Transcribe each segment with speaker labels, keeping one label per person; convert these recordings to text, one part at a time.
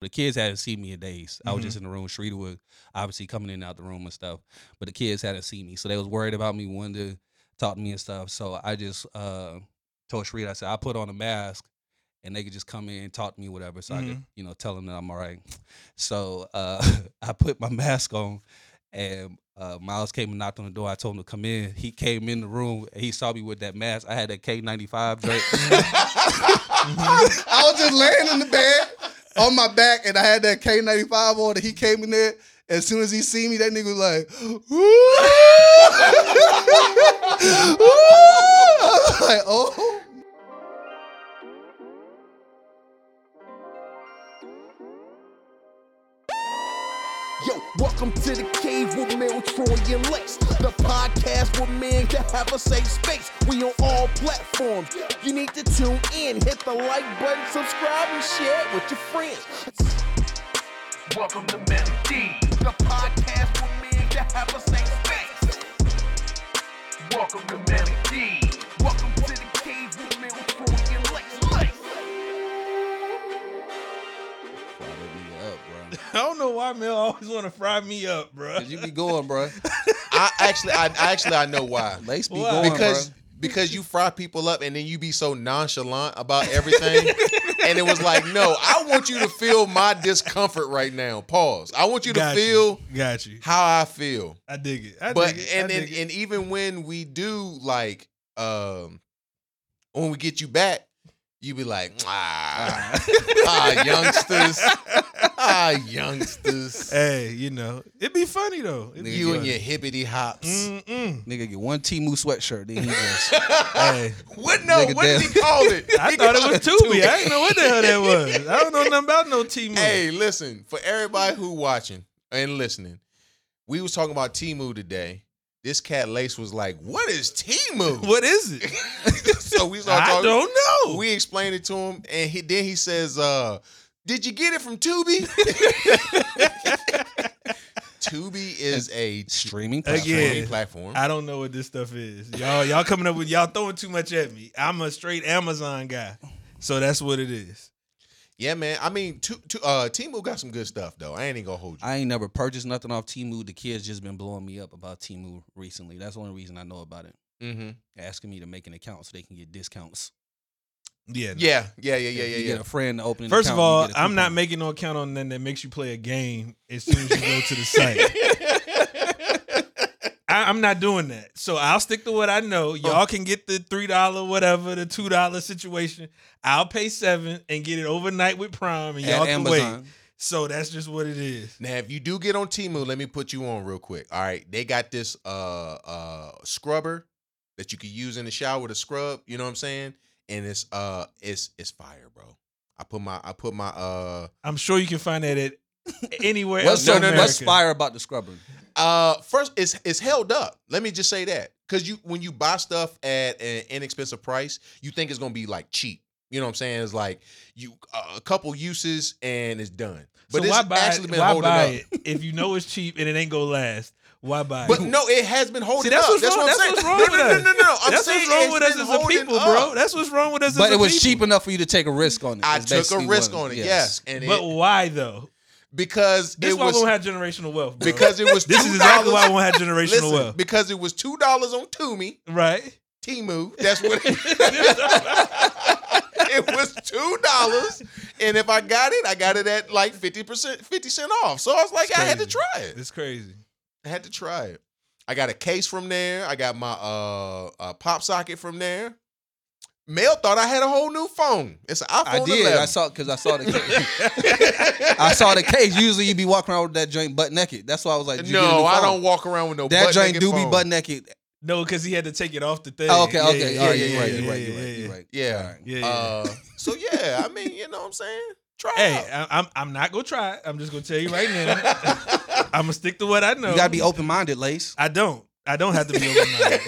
Speaker 1: The kids hadn't seen me in days. I was just in the room. Sharita was obviously coming in and out the room and stuff, but the kids hadn't seen me, so they was worried about me, wanted to talk to me and stuff. So I just uh, told Sharita, I said I put on a mask, and they could just come in and talk to me, whatever. So I could,
Speaker 2: Mhm.
Speaker 1: you know, tell them that I'm all right. So uh, I put my mask on, and uh, Miles came and knocked on the door. I told him to come in. He came in the room. And he saw me with that mask. I had that K95 joint. Mm-hmm. I was just laying in the bed on my back, and I had that K95 on. And he came in there. As soon as he see me, that nigga was like, "Ooh." I was like, oh.
Speaker 3: Yo, welcome to the cave with Mel, Troy, and Lex. The podcast for men to have a safe space. We on all platforms. You need to tune in, hit the like button, subscribe, and share it with your friends. Welcome to Melody, the podcast for men to have a safe space. Welcome to Melody. Welcome to the cave with Mel, Troy, and Lex. Lex.
Speaker 2: I don't know why Mel always want to fry me up, bro.
Speaker 1: Cause you be going, bro.
Speaker 4: I actually, I actually, I know why.
Speaker 1: Lace be
Speaker 2: Why?
Speaker 1: going,
Speaker 4: because
Speaker 1: bruh.
Speaker 4: because you fry people up and then you be so nonchalant about everything. and it was like, no, I want you to feel my discomfort right now. Pause. I want you to
Speaker 2: Got
Speaker 4: feel
Speaker 2: you. got you.
Speaker 4: how I feel.
Speaker 2: I dig it. I
Speaker 4: But
Speaker 2: dig it.
Speaker 4: and
Speaker 2: I
Speaker 4: and,
Speaker 2: dig it.
Speaker 4: and even when we do like um when we get you back, you be like, ah, ah youngsters. Ah youngsters.
Speaker 2: hey, you know, it'd be funny though. It'd be
Speaker 4: You and
Speaker 2: funny.
Speaker 4: your hippity
Speaker 2: Mm.
Speaker 4: hops.
Speaker 2: Mm-mm.
Speaker 1: Nigga get one Timu sweatshirt, then he just
Speaker 2: Hey,
Speaker 4: What no,
Speaker 1: Nigga
Speaker 4: what did
Speaker 1: dead.
Speaker 4: he call it?
Speaker 2: I
Speaker 4: He
Speaker 2: thought it
Speaker 4: called
Speaker 2: was Tubi. I didn't know what the hell that was. I don't know nothing about no T movie.
Speaker 4: Hey, listen, for everybody who watching and listening, we was talking about Timu today. This cat Lace was like, "What is Timu?"
Speaker 2: what is it?
Speaker 4: so we started
Speaker 2: I
Speaker 4: talking.
Speaker 2: don't know.
Speaker 4: We explained it to him, and he then he says, uh, "Did you get it from Tubi?" Tubi is a
Speaker 1: streaming.
Speaker 4: streaming
Speaker 2: Again.
Speaker 4: platform.
Speaker 2: I don't know what this stuff is. Y'all, y'all coming up with y'all throwing too much at me. I'm a straight Amazon guy, so that's what it is.
Speaker 4: yeah, man. I mean, tu, Tu- uh, Timu got some good stuff though. I ain't even gonna hold you.
Speaker 1: I ain't never purchased nothing off Timu. The kids just been blowing me up about Timu recently. That's the only reason I know about it.
Speaker 4: mm-hmm.
Speaker 1: Asking me to make an account so they can get discounts.
Speaker 2: Yeah. no.
Speaker 4: Yeah, yeah, yeah, yeah,
Speaker 1: If
Speaker 4: yeah.
Speaker 1: you
Speaker 4: yeah.
Speaker 1: Get a friend to open. An
Speaker 2: First of
Speaker 1: account, you
Speaker 2: all,
Speaker 1: get a
Speaker 2: I'm not
Speaker 1: coupon.
Speaker 2: making no account on nothing that makes you play a game as soon as you go to the site. I, I'm not doing that. So I'll stick to what I
Speaker 4: Oh.
Speaker 2: know. Y'all can get the three dollar whatever, the two dollar situation. I'll pay seven and get it overnight with Prime, and
Speaker 1: At
Speaker 2: y'all can wait.
Speaker 1: Amazon.
Speaker 2: So that's just what it is.
Speaker 4: Now, if you do get on Timu, let me put you on real quick. All right, they got this uh uh scrubber that you could use in the shower to scrub. You know what I'm saying? And it's uh it's it's fire, bro. I put my I put my uh
Speaker 2: I'm sure you can find that at anywhere
Speaker 1: What's,
Speaker 2: else.
Speaker 4: No,
Speaker 2: in
Speaker 4: no, no.
Speaker 2: America.
Speaker 1: what's fire about the scrubber?
Speaker 4: uh first it's it's held up. Let me just say that because you when you buy stuff at an inexpensive price, you think it's gonna be like cheap. You know what I'm saying? It's like you uh, a couple uses and it's done. But
Speaker 2: so
Speaker 4: it's
Speaker 2: why buy
Speaker 4: actually
Speaker 2: it?
Speaker 4: been
Speaker 2: Why
Speaker 4: holding
Speaker 2: buy
Speaker 4: up.
Speaker 2: it if you know it's cheap and it ain't gonna last? Why buy it?
Speaker 4: But no, it has been holding
Speaker 2: See, that's
Speaker 4: up.
Speaker 2: what's
Speaker 4: that's
Speaker 2: wrong-
Speaker 4: what
Speaker 2: that's
Speaker 4: I'm saying.
Speaker 2: what's wrong
Speaker 4: no,
Speaker 2: with
Speaker 4: no,
Speaker 2: us.
Speaker 4: no, no, no. I'm
Speaker 2: that's
Speaker 4: saying
Speaker 2: what's wrong
Speaker 4: it's
Speaker 2: with us
Speaker 4: been
Speaker 2: as a
Speaker 4: holding
Speaker 2: people,
Speaker 4: up.
Speaker 2: bro. That's what's wrong with us. as
Speaker 1: But
Speaker 2: a
Speaker 1: it was
Speaker 2: people.
Speaker 1: cheap enough for you to take a risk on it.
Speaker 4: I
Speaker 1: is
Speaker 4: took a
Speaker 1: basically
Speaker 4: risk
Speaker 1: what-
Speaker 4: on it. Yes, and
Speaker 2: But
Speaker 4: it,
Speaker 2: why though?
Speaker 4: because
Speaker 2: This
Speaker 4: it
Speaker 2: why we
Speaker 4: was
Speaker 2: don't have generational wealth. Bro.
Speaker 4: because it was
Speaker 2: this
Speaker 4: $2.
Speaker 2: is exactly why we don't have generational
Speaker 4: Listen,
Speaker 2: wealth,
Speaker 4: because it was two dollars on Toomey,
Speaker 2: right?
Speaker 4: Timu. That's what it, it was two dollars, and if I got it, I got it at like fifty percent, fifty cent off. So I was like,
Speaker 2: It's
Speaker 4: I had to
Speaker 2: crazy.
Speaker 4: try it.
Speaker 2: It's crazy.
Speaker 4: I had to try it. I got a case from there. I got my uh, uh pop socket from there. Mel thought I had a whole new phone. It's an iPhone
Speaker 1: I did.
Speaker 4: 11.
Speaker 1: I saw because I saw the. Case. I saw the case. Usually you be walking around with that joint butt naked. That's why I was like, "Did you get a
Speaker 4: no,
Speaker 1: new
Speaker 4: I
Speaker 1: phone?"
Speaker 4: don't walk around with no
Speaker 1: That
Speaker 4: butt
Speaker 1: joint
Speaker 4: naked
Speaker 1: do be
Speaker 4: phone.
Speaker 1: butt naked.
Speaker 2: No, because he had to take it off the thing.
Speaker 1: Oh, okay,
Speaker 2: Yeah,
Speaker 1: okay.
Speaker 2: yeah,
Speaker 1: All right,
Speaker 2: yeah,
Speaker 1: you're right.
Speaker 2: yeah,
Speaker 1: You're right.
Speaker 2: yeah,
Speaker 1: You're right.
Speaker 2: yeah,
Speaker 1: You're right.
Speaker 4: Yeah.
Speaker 1: All right.
Speaker 2: yeah, yeah.
Speaker 4: Uh, so yeah, I mean, you know what I'm saying? Try it out.
Speaker 2: Hey, I, I'm I'm not gonna try. it. I'm just gonna tell you right now. I'm gonna stick to what I know.
Speaker 1: You gotta be open minded, Lace.
Speaker 2: I don't. I don't have to be open minded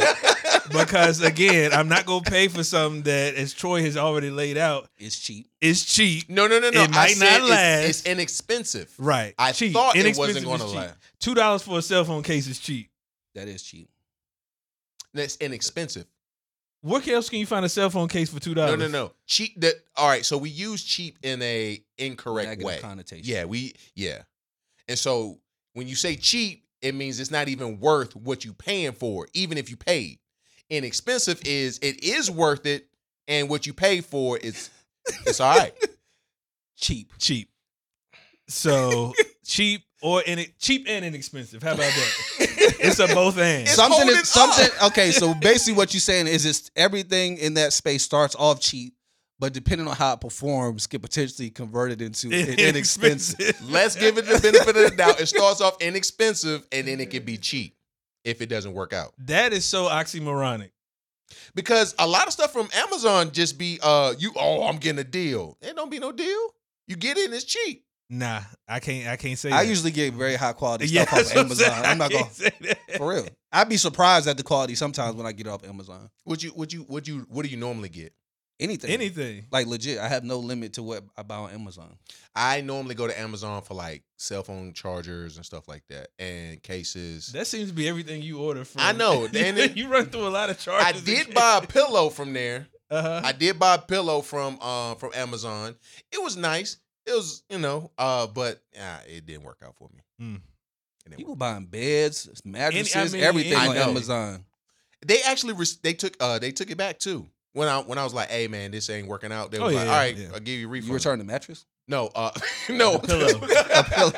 Speaker 2: because again, I'm not gonna pay for something that, as Troy has already laid out,
Speaker 1: It's cheap.
Speaker 2: is cheap.
Speaker 4: No, no, no, no.
Speaker 2: It might
Speaker 4: I said
Speaker 2: not
Speaker 4: it's-
Speaker 2: last.
Speaker 4: It's, inexpensive.
Speaker 2: Right.
Speaker 4: I
Speaker 2: cheap.
Speaker 4: thought it
Speaker 2: Inexpensive
Speaker 4: wasn't going to
Speaker 2: is cheap.
Speaker 4: last.
Speaker 2: Two dollars for a cell phone case is cheap.
Speaker 1: That is cheap.
Speaker 4: That's inexpensive.
Speaker 2: Where else can you find a cell phone case for two
Speaker 4: No,
Speaker 2: dollars?
Speaker 4: no, no. Cheap. That all right. So we use cheap in a incorrect
Speaker 1: Negative
Speaker 4: way.
Speaker 1: connotation.
Speaker 4: Yeah, we yeah. And so when you say cheap, it means it's not even worth what you paying for, even if you paid. Inexpensive is it is worth it, and what you pay for is it's all right.
Speaker 1: Cheap.
Speaker 2: Cheap. So cheap or in it cheap and inexpensive. How about that? It's a both and.
Speaker 4: It's
Speaker 1: something
Speaker 4: holding
Speaker 1: is something okay, so basically what you're saying is it's everything in that space starts off cheap, but depending on how it performs, can potentially convert it into an inexpensive.
Speaker 4: Let's give it the benefit of the doubt. It starts off inexpensive, and then it can be cheap if it doesn't work out.
Speaker 2: That is so oxymoronic.
Speaker 4: Because a lot of stuff from Amazon just be uh you oh I'm getting a deal. It don't be no deal. You get it and it's cheap.
Speaker 2: Nah, I can't. I can't say.
Speaker 1: I
Speaker 2: that.
Speaker 1: usually get very high quality
Speaker 2: yeah,
Speaker 1: stuff off
Speaker 2: that's what I'm saying.
Speaker 1: Amazon. I'm not
Speaker 2: I
Speaker 1: gonna
Speaker 2: can't say that.
Speaker 1: for real. I'd be surprised at the quality sometimes when I get it off Amazon.
Speaker 4: Would you would you would you what do you normally get?
Speaker 1: Anything.
Speaker 2: anything.
Speaker 1: Like legit, I have no limit to what I buy on Amazon.
Speaker 4: I normally go to Amazon for like cell phone chargers and stuff like that and cases.
Speaker 2: That seems to be everything you order from.
Speaker 4: I know, and it-
Speaker 2: you run through a lot of charges.
Speaker 4: I did buy a pillow from there.
Speaker 2: Uh-huh.
Speaker 4: I did buy a pillow from uh from Amazon. It was nice. It was, you know, uh but uh, it didn't work out for me.
Speaker 2: Mm.
Speaker 4: It didn't work.
Speaker 1: People buying beds, mattresses,
Speaker 2: mean,
Speaker 1: everything
Speaker 4: any-
Speaker 1: on
Speaker 4: I know.
Speaker 1: Amazon.
Speaker 4: They actually re- they took uh they took it back too. When I when I was like, "Hey man, this ain't working out." They
Speaker 2: Oh,
Speaker 4: was like,
Speaker 2: yeah,
Speaker 4: "All right,
Speaker 2: yeah.
Speaker 4: I'll give you a refund."
Speaker 1: You return the mattress?
Speaker 4: No, uh, no.
Speaker 2: A pillow.
Speaker 1: A pillow.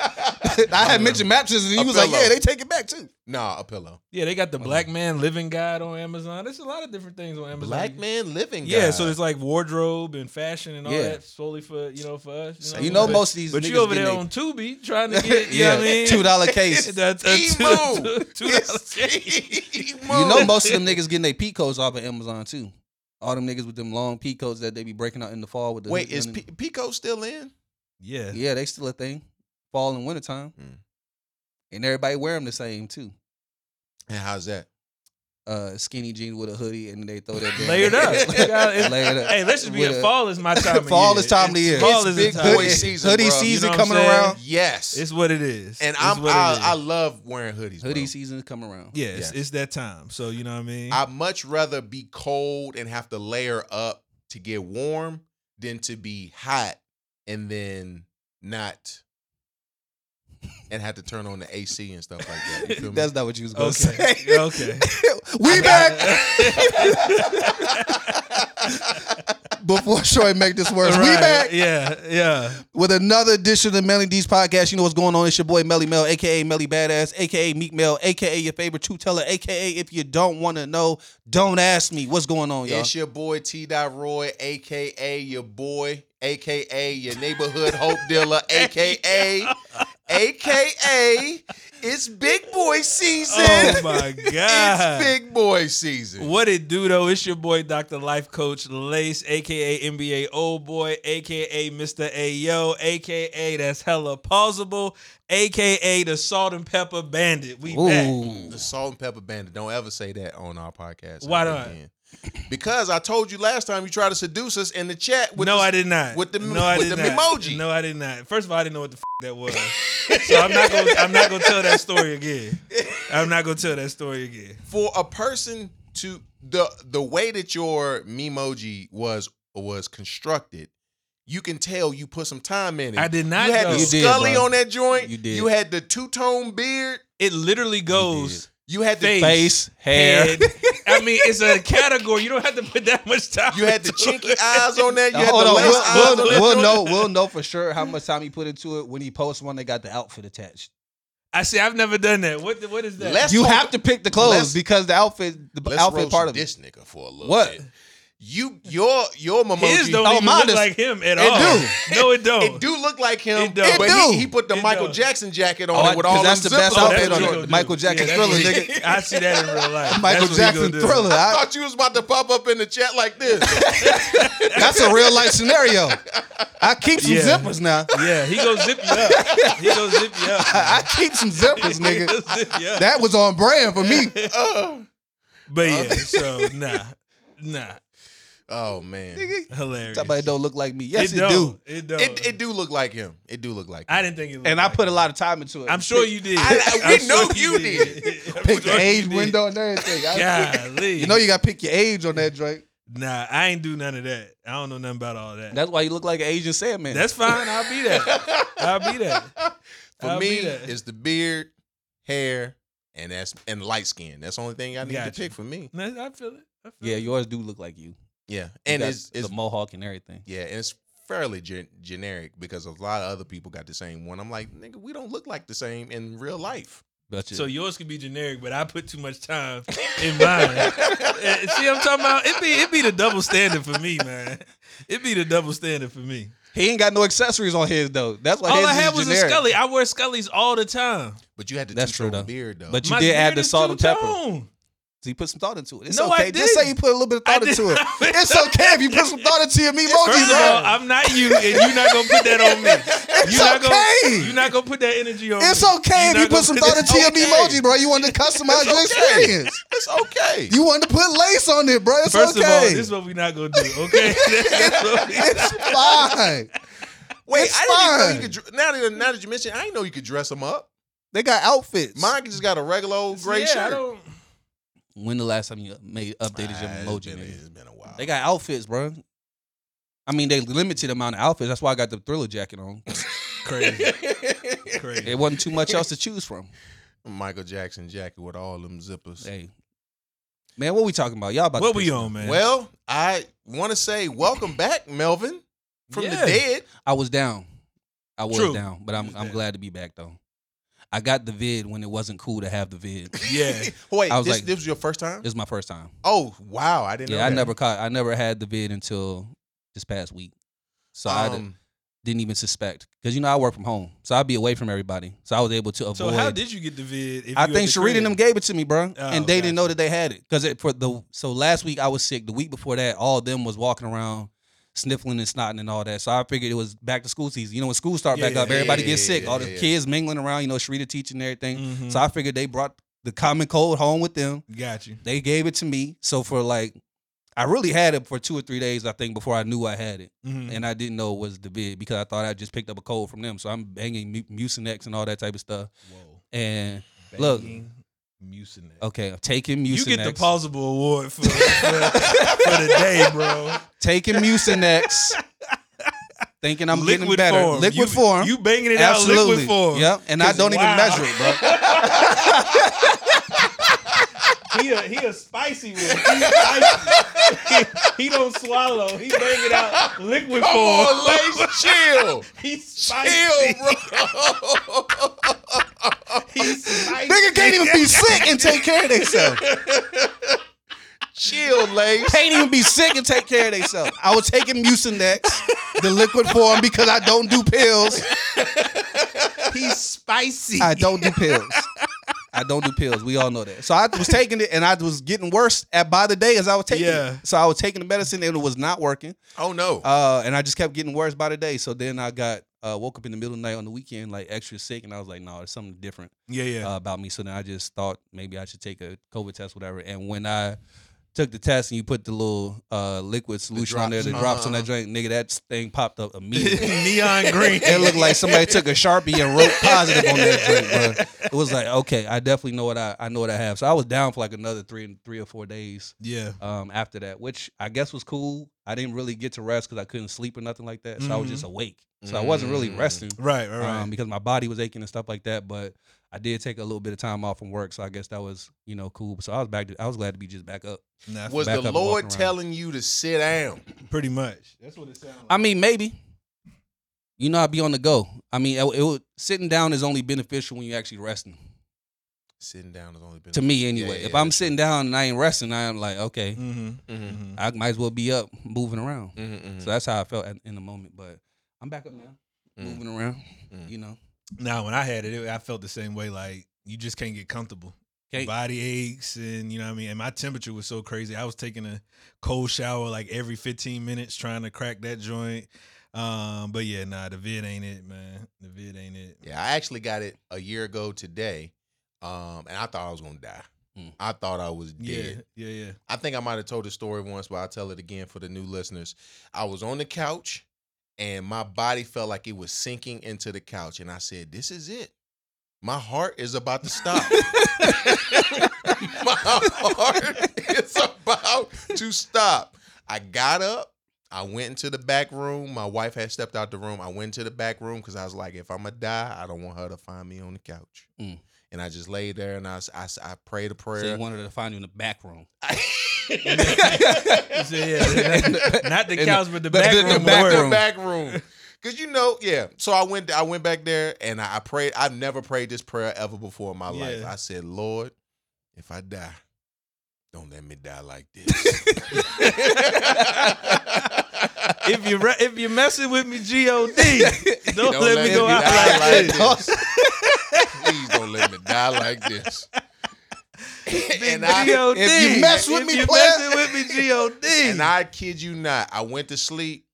Speaker 1: I had mentioned mattresses and
Speaker 4: A
Speaker 1: you was like,
Speaker 4: pillow.
Speaker 1: yeah, they take it back too.
Speaker 4: nah, a pillow.
Speaker 2: Yeah, they got the
Speaker 1: Oh.
Speaker 2: Black Man Living Guide on Amazon. There's a lot of different things on Amazon.
Speaker 4: Black man living.
Speaker 2: Yeah,
Speaker 4: guide.
Speaker 2: so it's like wardrobe and fashion and all
Speaker 1: Yeah.
Speaker 2: that solely for you know for us.
Speaker 1: You know
Speaker 2: but,
Speaker 1: most of these
Speaker 2: But
Speaker 1: niggas
Speaker 2: you over
Speaker 1: getting
Speaker 2: there
Speaker 1: they-
Speaker 2: on Tubi trying to get you know what I mean?
Speaker 1: two dollar case.
Speaker 2: That- that
Speaker 4: Emo.
Speaker 2: two- two- two dollar
Speaker 4: It's
Speaker 2: case.
Speaker 4: emo.
Speaker 1: you know most of them niggas getting their peacoats off of Amazon too. All them niggas with them long peacoats that they be breaking out in the fall with the
Speaker 4: Wait,
Speaker 1: hood
Speaker 4: is
Speaker 1: on
Speaker 4: P-
Speaker 1: it.
Speaker 4: Pico still in?
Speaker 2: Yeah.
Speaker 1: yeah, Hmm. they still a thing. Fall and winter time,
Speaker 4: Mm.
Speaker 1: and everybody wear them the same too.
Speaker 4: And how's that?
Speaker 1: Uh, skinny jeans with a hoodie, and then they throw that damn-
Speaker 2: Layered up. They got- it's-
Speaker 1: layered up.
Speaker 2: Hey, let's just be
Speaker 1: With
Speaker 2: a
Speaker 1: a-
Speaker 2: fall is my time. of
Speaker 1: Fall
Speaker 2: year.
Speaker 1: is time of year.
Speaker 2: Fall
Speaker 4: It's
Speaker 2: is
Speaker 4: big
Speaker 2: the time.
Speaker 4: boy
Speaker 2: It's-
Speaker 4: season,
Speaker 1: hoodie
Speaker 4: bruh. You
Speaker 1: season
Speaker 2: know what I'm
Speaker 1: coming
Speaker 2: saying?
Speaker 1: around.
Speaker 4: Yes.
Speaker 2: It's what it is.
Speaker 4: and
Speaker 2: It's
Speaker 4: I'm
Speaker 2: what it
Speaker 4: I,
Speaker 2: is.
Speaker 4: I love wearing hoodies.
Speaker 1: Hoodie
Speaker 4: bro.
Speaker 1: season's coming around.
Speaker 2: Yeah, it's,
Speaker 4: Yeah.
Speaker 2: it's that time. So you know what I mean.
Speaker 4: I much rather be cold and have to layer up to get warm than to be hot and then not and have to turn on the AC and stuff like that. You feel me?
Speaker 1: That's not what you was gonna
Speaker 2: okay.
Speaker 1: say.
Speaker 2: okay.
Speaker 1: we back
Speaker 4: back.
Speaker 1: before Troy make this worse. We
Speaker 2: Right.
Speaker 1: back.
Speaker 2: Yeah. Yeah.
Speaker 1: with another edition of the Melly D's podcast. You know what's going on. It's your boy Melly Mel, aka Melly Badass, aka Meek Mel, aka your favorite truth teller, aka if you don't want to know, don't ask me. What's going on, y'all?
Speaker 4: It's your boy T. Dot Roy, aka your boy, aka your neighborhood hope dealer, aka aka it's big boy season.
Speaker 2: Oh my god.
Speaker 4: It's big boy season.
Speaker 2: What it do though? It's your boy Dr. Life Coach Lace, aka NBA Old Boy, aka Mr. Ayo, aka that's hella plausible, aka the salt and pepper bandit. We back.
Speaker 1: Ooh,
Speaker 4: The Salt and Pepper Bandit. Don't ever say that on our podcast.
Speaker 2: Why
Speaker 4: ever
Speaker 2: not?
Speaker 4: again. Because I told you last time you tried to seduce us in the chat with
Speaker 2: no,
Speaker 4: the-
Speaker 2: I did not.
Speaker 4: with the-
Speaker 2: no, I
Speaker 4: with
Speaker 2: did
Speaker 4: the
Speaker 2: not.
Speaker 4: emoji.
Speaker 2: No, I did not. First of all, I didn't know what the f- that was, so I'm not gonna I'm not gonna tell that story again. I'm not gonna tell that story again.
Speaker 4: for a person to the the way that your memoji was was constructed, you can tell you put some time in it.
Speaker 2: I did not.
Speaker 4: You had
Speaker 2: though.
Speaker 4: the
Speaker 1: You did,
Speaker 4: scully
Speaker 1: bro.
Speaker 4: on that joint.
Speaker 1: You did.
Speaker 4: You had the two tone beard.
Speaker 2: it literally goes
Speaker 4: You had the
Speaker 2: Face.
Speaker 1: face, hair.
Speaker 2: head. I mean, it's a category. You don't have to put that much time.
Speaker 4: you had the
Speaker 2: into
Speaker 4: chinky
Speaker 2: it.
Speaker 4: eyes on that.
Speaker 1: Now,
Speaker 4: You had
Speaker 1: hold
Speaker 4: the
Speaker 1: on,
Speaker 4: lace
Speaker 1: we'll,
Speaker 4: eyes
Speaker 1: we'll-
Speaker 4: on that
Speaker 1: we'll
Speaker 4: joint.
Speaker 1: know. We'll know for sure how much time he put into it when he posts one that got the outfit attached.
Speaker 2: I see. I've never done that. What? What is that?
Speaker 4: Let's
Speaker 1: you
Speaker 4: talk-
Speaker 1: have to pick the clothes
Speaker 4: let's-
Speaker 1: because the outfit, the b-
Speaker 4: Let's
Speaker 1: outfit
Speaker 4: roast
Speaker 1: part of it.
Speaker 4: this nigga for a little
Speaker 1: What?
Speaker 4: bit. You your your memoji.
Speaker 2: His don't
Speaker 1: Oh,
Speaker 2: even
Speaker 1: mine
Speaker 2: look
Speaker 1: is-
Speaker 2: like him
Speaker 1: it
Speaker 2: at all.
Speaker 1: do.
Speaker 2: No, it don't.
Speaker 4: it do look like him,
Speaker 2: It don't.
Speaker 4: but
Speaker 1: It do.
Speaker 4: He, he put the
Speaker 2: It
Speaker 4: Michael
Speaker 2: don't.
Speaker 4: Jackson jacket on
Speaker 1: Oh,
Speaker 4: it with
Speaker 1: 'cause
Speaker 4: all
Speaker 1: that's
Speaker 4: them
Speaker 1: the best
Speaker 4: zippers on
Speaker 1: outfit
Speaker 4: that
Speaker 1: on
Speaker 4: joint.
Speaker 1: it. Michael Jackson
Speaker 2: thriller,
Speaker 1: Thriller,
Speaker 2: nigga. I see that in real
Speaker 1: Michael
Speaker 2: life. That's what he
Speaker 1: Jackson
Speaker 2: gonna do.
Speaker 1: thriller.
Speaker 4: I
Speaker 1: I,
Speaker 4: thought you was about to pop up in the chat like this.
Speaker 1: that's a real life scenario. I keep some
Speaker 2: Yeah.
Speaker 1: zippers now.
Speaker 2: Yeah, he gonna zip you up. He gonna zip you up.
Speaker 1: I keep some zippers,
Speaker 2: He
Speaker 1: nigga.
Speaker 2: gonna zip you up.
Speaker 1: That uh, was on brand for me.
Speaker 4: Oh.
Speaker 2: But yeah, so nah, nah.
Speaker 4: Oh man,
Speaker 1: Nigga,
Speaker 2: Hilarious.
Speaker 1: somebody don't look like me. Yes, it,
Speaker 2: don't.
Speaker 1: do.
Speaker 2: It do.
Speaker 4: it, it do look like him. It do look like him.
Speaker 2: I didn't think it. Looked
Speaker 1: And I
Speaker 2: like
Speaker 1: put a
Speaker 2: it.
Speaker 1: lot of time into it.
Speaker 2: I'm sure you did.
Speaker 4: I- I- we
Speaker 2: I'm
Speaker 4: know you
Speaker 2: I'm
Speaker 1: Pick the
Speaker 2: sure you
Speaker 1: age
Speaker 2: did.
Speaker 1: window and everything. I-
Speaker 2: Golly.
Speaker 1: you know you got to pick your age on that, Drake.
Speaker 2: Nah, I ain't do none of that. I don't know nothing about all that.
Speaker 1: That's why you look like an Asian Sandman.
Speaker 2: That's fine. I'll be that. I'll be that.
Speaker 4: For
Speaker 2: I'll
Speaker 4: me,
Speaker 2: be that.
Speaker 4: it's the beard, hair, and that's and light skin. That's the only thing I need
Speaker 2: Gotcha.
Speaker 4: to pick for me.
Speaker 2: Nah, I feel it. I feel
Speaker 1: yeah,
Speaker 2: it.
Speaker 1: yours do look like you. You
Speaker 4: Yeah, and
Speaker 1: got
Speaker 4: it's, it's
Speaker 1: the mohawk and everything.
Speaker 4: yeah, and it's fairly gen- generic because a lot of other people got the same one. I'm like, nigga, we don't look like the same in real life.
Speaker 1: But you-
Speaker 2: So yours could be generic, but I put too much time in mine. Eh, See, I'm talking about it. Be it be the double standard for me, man. It be the double standard for me.
Speaker 1: he ain't got no accessories on his though. That's why
Speaker 2: all
Speaker 1: his
Speaker 2: I
Speaker 1: is
Speaker 2: had was
Speaker 1: generic.
Speaker 2: a Scully. I wear Scullies all the time.
Speaker 4: But you had the
Speaker 1: That's
Speaker 4: two-tone
Speaker 1: true, though.
Speaker 4: beard though.
Speaker 1: But you
Speaker 2: My
Speaker 1: did add
Speaker 2: beard
Speaker 1: the
Speaker 2: is
Speaker 1: salt and pepper.
Speaker 2: two-tone.
Speaker 1: So you put some thought into it. It's
Speaker 2: No, I
Speaker 1: okay. Just say
Speaker 2: didn't.
Speaker 1: you put a little bit of
Speaker 2: I
Speaker 1: thought
Speaker 2: did-
Speaker 1: into it. It's okay if you put some thought into your meat
Speaker 2: First of all, I'm not you, and you're not gonna put that on me.
Speaker 1: It's
Speaker 2: you're not
Speaker 1: okay.
Speaker 2: Gonna, you're not gonna put that energy on me.
Speaker 1: It's okay
Speaker 2: You're
Speaker 1: if you put
Speaker 2: not gonna
Speaker 1: some thought
Speaker 2: that-
Speaker 1: into your
Speaker 2: Okay.
Speaker 1: emoji, bro. You wanted to customize your
Speaker 4: It's okay.
Speaker 1: experience.
Speaker 4: it's okay.
Speaker 1: You wanted to put lace on it, bro. It's
Speaker 2: First
Speaker 1: okay.
Speaker 2: of all, this is what we're not gonna do. Okay, That's what we-
Speaker 1: it's fine.
Speaker 4: Wait,
Speaker 1: it's
Speaker 4: I didn't even know
Speaker 1: fine.
Speaker 4: you could. dr- Now that now that you mentioned, I didn't know you could dress them up.
Speaker 1: They got outfits.
Speaker 4: Mine just got a regular old gray
Speaker 2: yeah, I
Speaker 4: shirt.
Speaker 2: don't,
Speaker 1: when the last time you made updated your
Speaker 4: Ah, it's
Speaker 1: emoji?
Speaker 4: been-
Speaker 1: nigga?
Speaker 4: It's been a while.
Speaker 1: They got outfits, bro. I mean, they limited amount of outfits. That's why I got the thriller jacket on.
Speaker 2: crazy, crazy.
Speaker 1: It wasn't too much else to choose from.
Speaker 4: Michael Jackson jacket with all them zippers.
Speaker 1: Hey, man, what we talking about? Y'all about to
Speaker 2: What we
Speaker 1: piss me
Speaker 2: on, man?
Speaker 4: Well, I want to say welcome back, Melvin, from
Speaker 2: Yeah.
Speaker 4: the dead.
Speaker 1: I was down. I was
Speaker 2: True.
Speaker 1: down, but
Speaker 2: You
Speaker 1: I'm
Speaker 2: was
Speaker 1: I'm
Speaker 2: down.
Speaker 1: glad to be back though. I got the vid when it wasn't cool to have the vid.
Speaker 2: yeah.
Speaker 4: Wait,
Speaker 1: I was
Speaker 4: this,
Speaker 1: like-
Speaker 4: this was your first time?
Speaker 1: This is my first time.
Speaker 4: Oh wow, I didn't. know
Speaker 1: Yeah, I
Speaker 4: that.
Speaker 1: never caught. I never had the vid until this past week, so I d-
Speaker 4: Um,
Speaker 1: didn't even suspect because you know I work from home, so I'd be away from everybody. So I was able to avoid.
Speaker 2: So how did you get the vid? If
Speaker 1: I
Speaker 2: you
Speaker 1: think
Speaker 2: at the
Speaker 1: Sharita
Speaker 2: crib?
Speaker 1: and them gave it to me, bro,
Speaker 2: Oh,
Speaker 1: and they didn't know
Speaker 2: gotcha.
Speaker 1: that they had it because it for the so last week I was sick. The week before that, all of them was walking around sniffling and snotting and all that. So I figured it was back to school season. You know, when school start
Speaker 2: Yeah,
Speaker 1: back up,
Speaker 2: yeah,
Speaker 1: everybody
Speaker 4: yeah,
Speaker 1: gets
Speaker 4: yeah,
Speaker 1: sick.
Speaker 4: yeah,
Speaker 1: all the
Speaker 4: yeah, yeah.
Speaker 1: kids mingling around. You know, Sharita teaching and everything.
Speaker 2: Mhm.
Speaker 1: So I figured they brought the common cold home with them.
Speaker 2: Got you.
Speaker 1: They gave it to me. So for like, I really had it for two or three days, I think, before I knew I had it.
Speaker 2: Mhm.
Speaker 1: And I didn't know it was the vid because I thought I just picked up a cold from them. So I'm banging mu- Mucinex and all that type of stuff.
Speaker 2: Whoa.
Speaker 1: And Look.
Speaker 2: Banging Mucinex.
Speaker 1: okay, I'm taking Mucinex.
Speaker 2: You get the plausible award for, for, for the day, bro.
Speaker 1: Taking Mucinex. thinking I'm getting
Speaker 2: Liquid
Speaker 1: better.
Speaker 2: form.
Speaker 1: Liquid
Speaker 2: you,
Speaker 1: form.
Speaker 2: You banging it out
Speaker 1: Absolutely.
Speaker 2: liquid form.
Speaker 1: Yep. And I
Speaker 2: 'Cause
Speaker 1: don't
Speaker 2: wow.
Speaker 1: even measure it, bro.
Speaker 2: He a, he a spicy one. He, spicy. he, he don't swallow. He bang it out liquid
Speaker 4: Come
Speaker 2: form.
Speaker 4: on, oh, Lace, chill,
Speaker 2: He's spicy.
Speaker 4: chill, bro.
Speaker 2: He's spicy.
Speaker 1: Nigga can't even be sick and take care of themselves.
Speaker 4: chill, Lace.
Speaker 1: Can't even be sick and take care of themselves. I was taking Mucinex, the liquid form, because I don't do pills.
Speaker 2: He's spicy.
Speaker 1: I don't do pills. I don't do pills. We all know that. So I was taking it, and I was getting worse at by the day as I was taking
Speaker 2: Yeah.
Speaker 1: it. So I was taking the medicine, and it was not working.
Speaker 4: Oh no,
Speaker 1: Uh, and I just kept getting worse by the day. So then I got uh, woke up in the middle of the night on the weekend, like extra sick, and I was like, "No, there's something different
Speaker 2: yeah, yeah.
Speaker 1: uh, about me." So then I just thought maybe I should take a COVID test, whatever. And when I took the test, and you put the little uh, liquid solution on there,
Speaker 4: drops.
Speaker 1: the drops on
Speaker 4: Uh-huh.
Speaker 1: that drink, nigga, that thing popped up immediately.
Speaker 2: Neon green.
Speaker 1: It looked like somebody took a sharpie and wrote positive on that drink, bro. It was like, okay, I definitely know what I, I know what I have. So I was down for like another three three or four days
Speaker 2: Yeah.
Speaker 1: um, after that, which I guess was cool. I didn't really get to rest because I couldn't sleep or nothing like that. So I was
Speaker 2: Mhm.
Speaker 1: just awake. So I wasn't really
Speaker 4: Mm-hmm. Mm.
Speaker 1: resting
Speaker 2: Right, right, right.
Speaker 1: um, because my body was aching and stuff like that. But I did take a little bit of time off from work, so I guess that was you know cool. So I was back. To, I was glad to be just back up.
Speaker 2: Nah,
Speaker 4: was
Speaker 1: back
Speaker 4: the
Speaker 1: up and walk
Speaker 4: Lord
Speaker 1: around.
Speaker 4: telling you to sit down?
Speaker 2: pretty much. That's what it sounds like.
Speaker 1: I mean, maybe. You know, I'd be on the go. I mean, it, it would, sitting down is only beneficial when you're actually resting.
Speaker 4: Sitting down has only been
Speaker 1: to me
Speaker 4: Yeah,
Speaker 1: anyway.
Speaker 4: yeah,
Speaker 1: if I'm
Speaker 4: that's
Speaker 1: sitting down and I ain't resting, I'm like, okay,
Speaker 2: Mm-hmm.
Speaker 4: Mhm,
Speaker 2: Mm-hmm.
Speaker 1: I might as well be up moving around.
Speaker 4: mhm, mhm.
Speaker 1: So that's how I felt at, in the moment. But I'm back up now,
Speaker 4: Mm.
Speaker 1: moving around.
Speaker 4: Mm.
Speaker 1: You know,
Speaker 2: Now, when I had it, it, I felt the same way. Like you just can't get comfortable.
Speaker 1: Can't-
Speaker 2: Body aches, and you know what I mean. And my temperature was so crazy. I was taking a cold shower like every 15 minutes, trying to crack that joint. Um, but yeah, nah, the vid ain't it, man. The vid ain't it.
Speaker 4: Yeah, I actually got it a year ago today, um, and I thought I was gonna die.
Speaker 1: Mm.
Speaker 4: I thought I was
Speaker 2: Hmm. Yeah,
Speaker 4: dead.
Speaker 2: yeah, yeah.
Speaker 4: I think I might have told the story once, but I'll tell it again for the new listeners. I was on the couch and my body felt like it was sinking into the couch. And I said, This is it. My heart is about to stop. my heart is about to stop. I got up. I went into the back room. My wife had stepped out the room. I went to the back room because I was like, if I'm going to die, I don't want her to find me on the couch.
Speaker 1: Mm.
Speaker 4: And I just laid there and I, s- I s- I prayed a prayer.
Speaker 1: So you wanted her to find you in the back room.
Speaker 2: You said, yeah, not- not the
Speaker 1: In the-
Speaker 2: couch, but the
Speaker 1: but
Speaker 2: back
Speaker 1: the- the
Speaker 2: room.
Speaker 1: back
Speaker 2: word.
Speaker 4: the back room. Cause you know, yeah. So I went, I went back there, and I, I prayed. I've never prayed this prayer ever before in my life.
Speaker 2: Yeah.
Speaker 4: I said, Lord, if I die, don't let me die like this.
Speaker 2: If you re- if you're messing with me, God, don't,
Speaker 4: don't,
Speaker 2: let, me go out
Speaker 4: die
Speaker 2: like
Speaker 4: like
Speaker 2: this.
Speaker 4: this. Please don't let me die like this. and I,
Speaker 2: God,
Speaker 4: if you mess with
Speaker 2: if
Speaker 4: me,
Speaker 2: you
Speaker 4: player,
Speaker 2: messing with me, God.
Speaker 4: and I kid you not, I went to sleep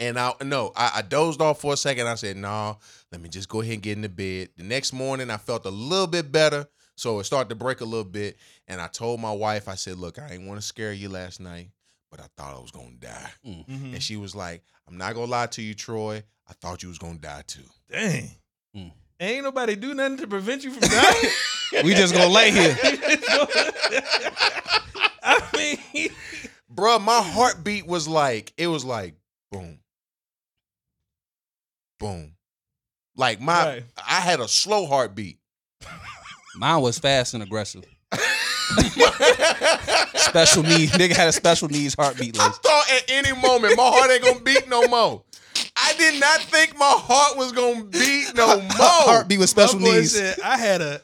Speaker 4: and I no, I, I dozed off for a second. I said, nah, let me just go ahead and get into bed. The next morning I felt a little bit better. So it started to break a little bit. And I told my wife, I said, look, I ain't want to scare you last night, but I thought I was gonna die.
Speaker 2: Mhm.
Speaker 4: And she was like, I'm not gonna lie to you, Troy. I thought you was gonna die too.
Speaker 2: Dang.
Speaker 1: Mm.
Speaker 2: Ain't nobody do nothing to prevent you from dying.
Speaker 1: We just gonna lay here.
Speaker 2: I mean,
Speaker 4: Bruh, my heartbeat was like, it was like boom. Boom. Like my
Speaker 2: Right.
Speaker 4: I had a slow heartbeat.
Speaker 1: Mine was fast and aggressive. Special needs. Nigga had a special needs heartbeat
Speaker 4: I
Speaker 1: list.
Speaker 4: thought at any moment my heart ain't gonna beat no more. I did not think my heart was gonna beat no
Speaker 5: Oh,
Speaker 4: more.
Speaker 1: Heartbeat with special
Speaker 2: my boy
Speaker 1: needs.
Speaker 2: said I had a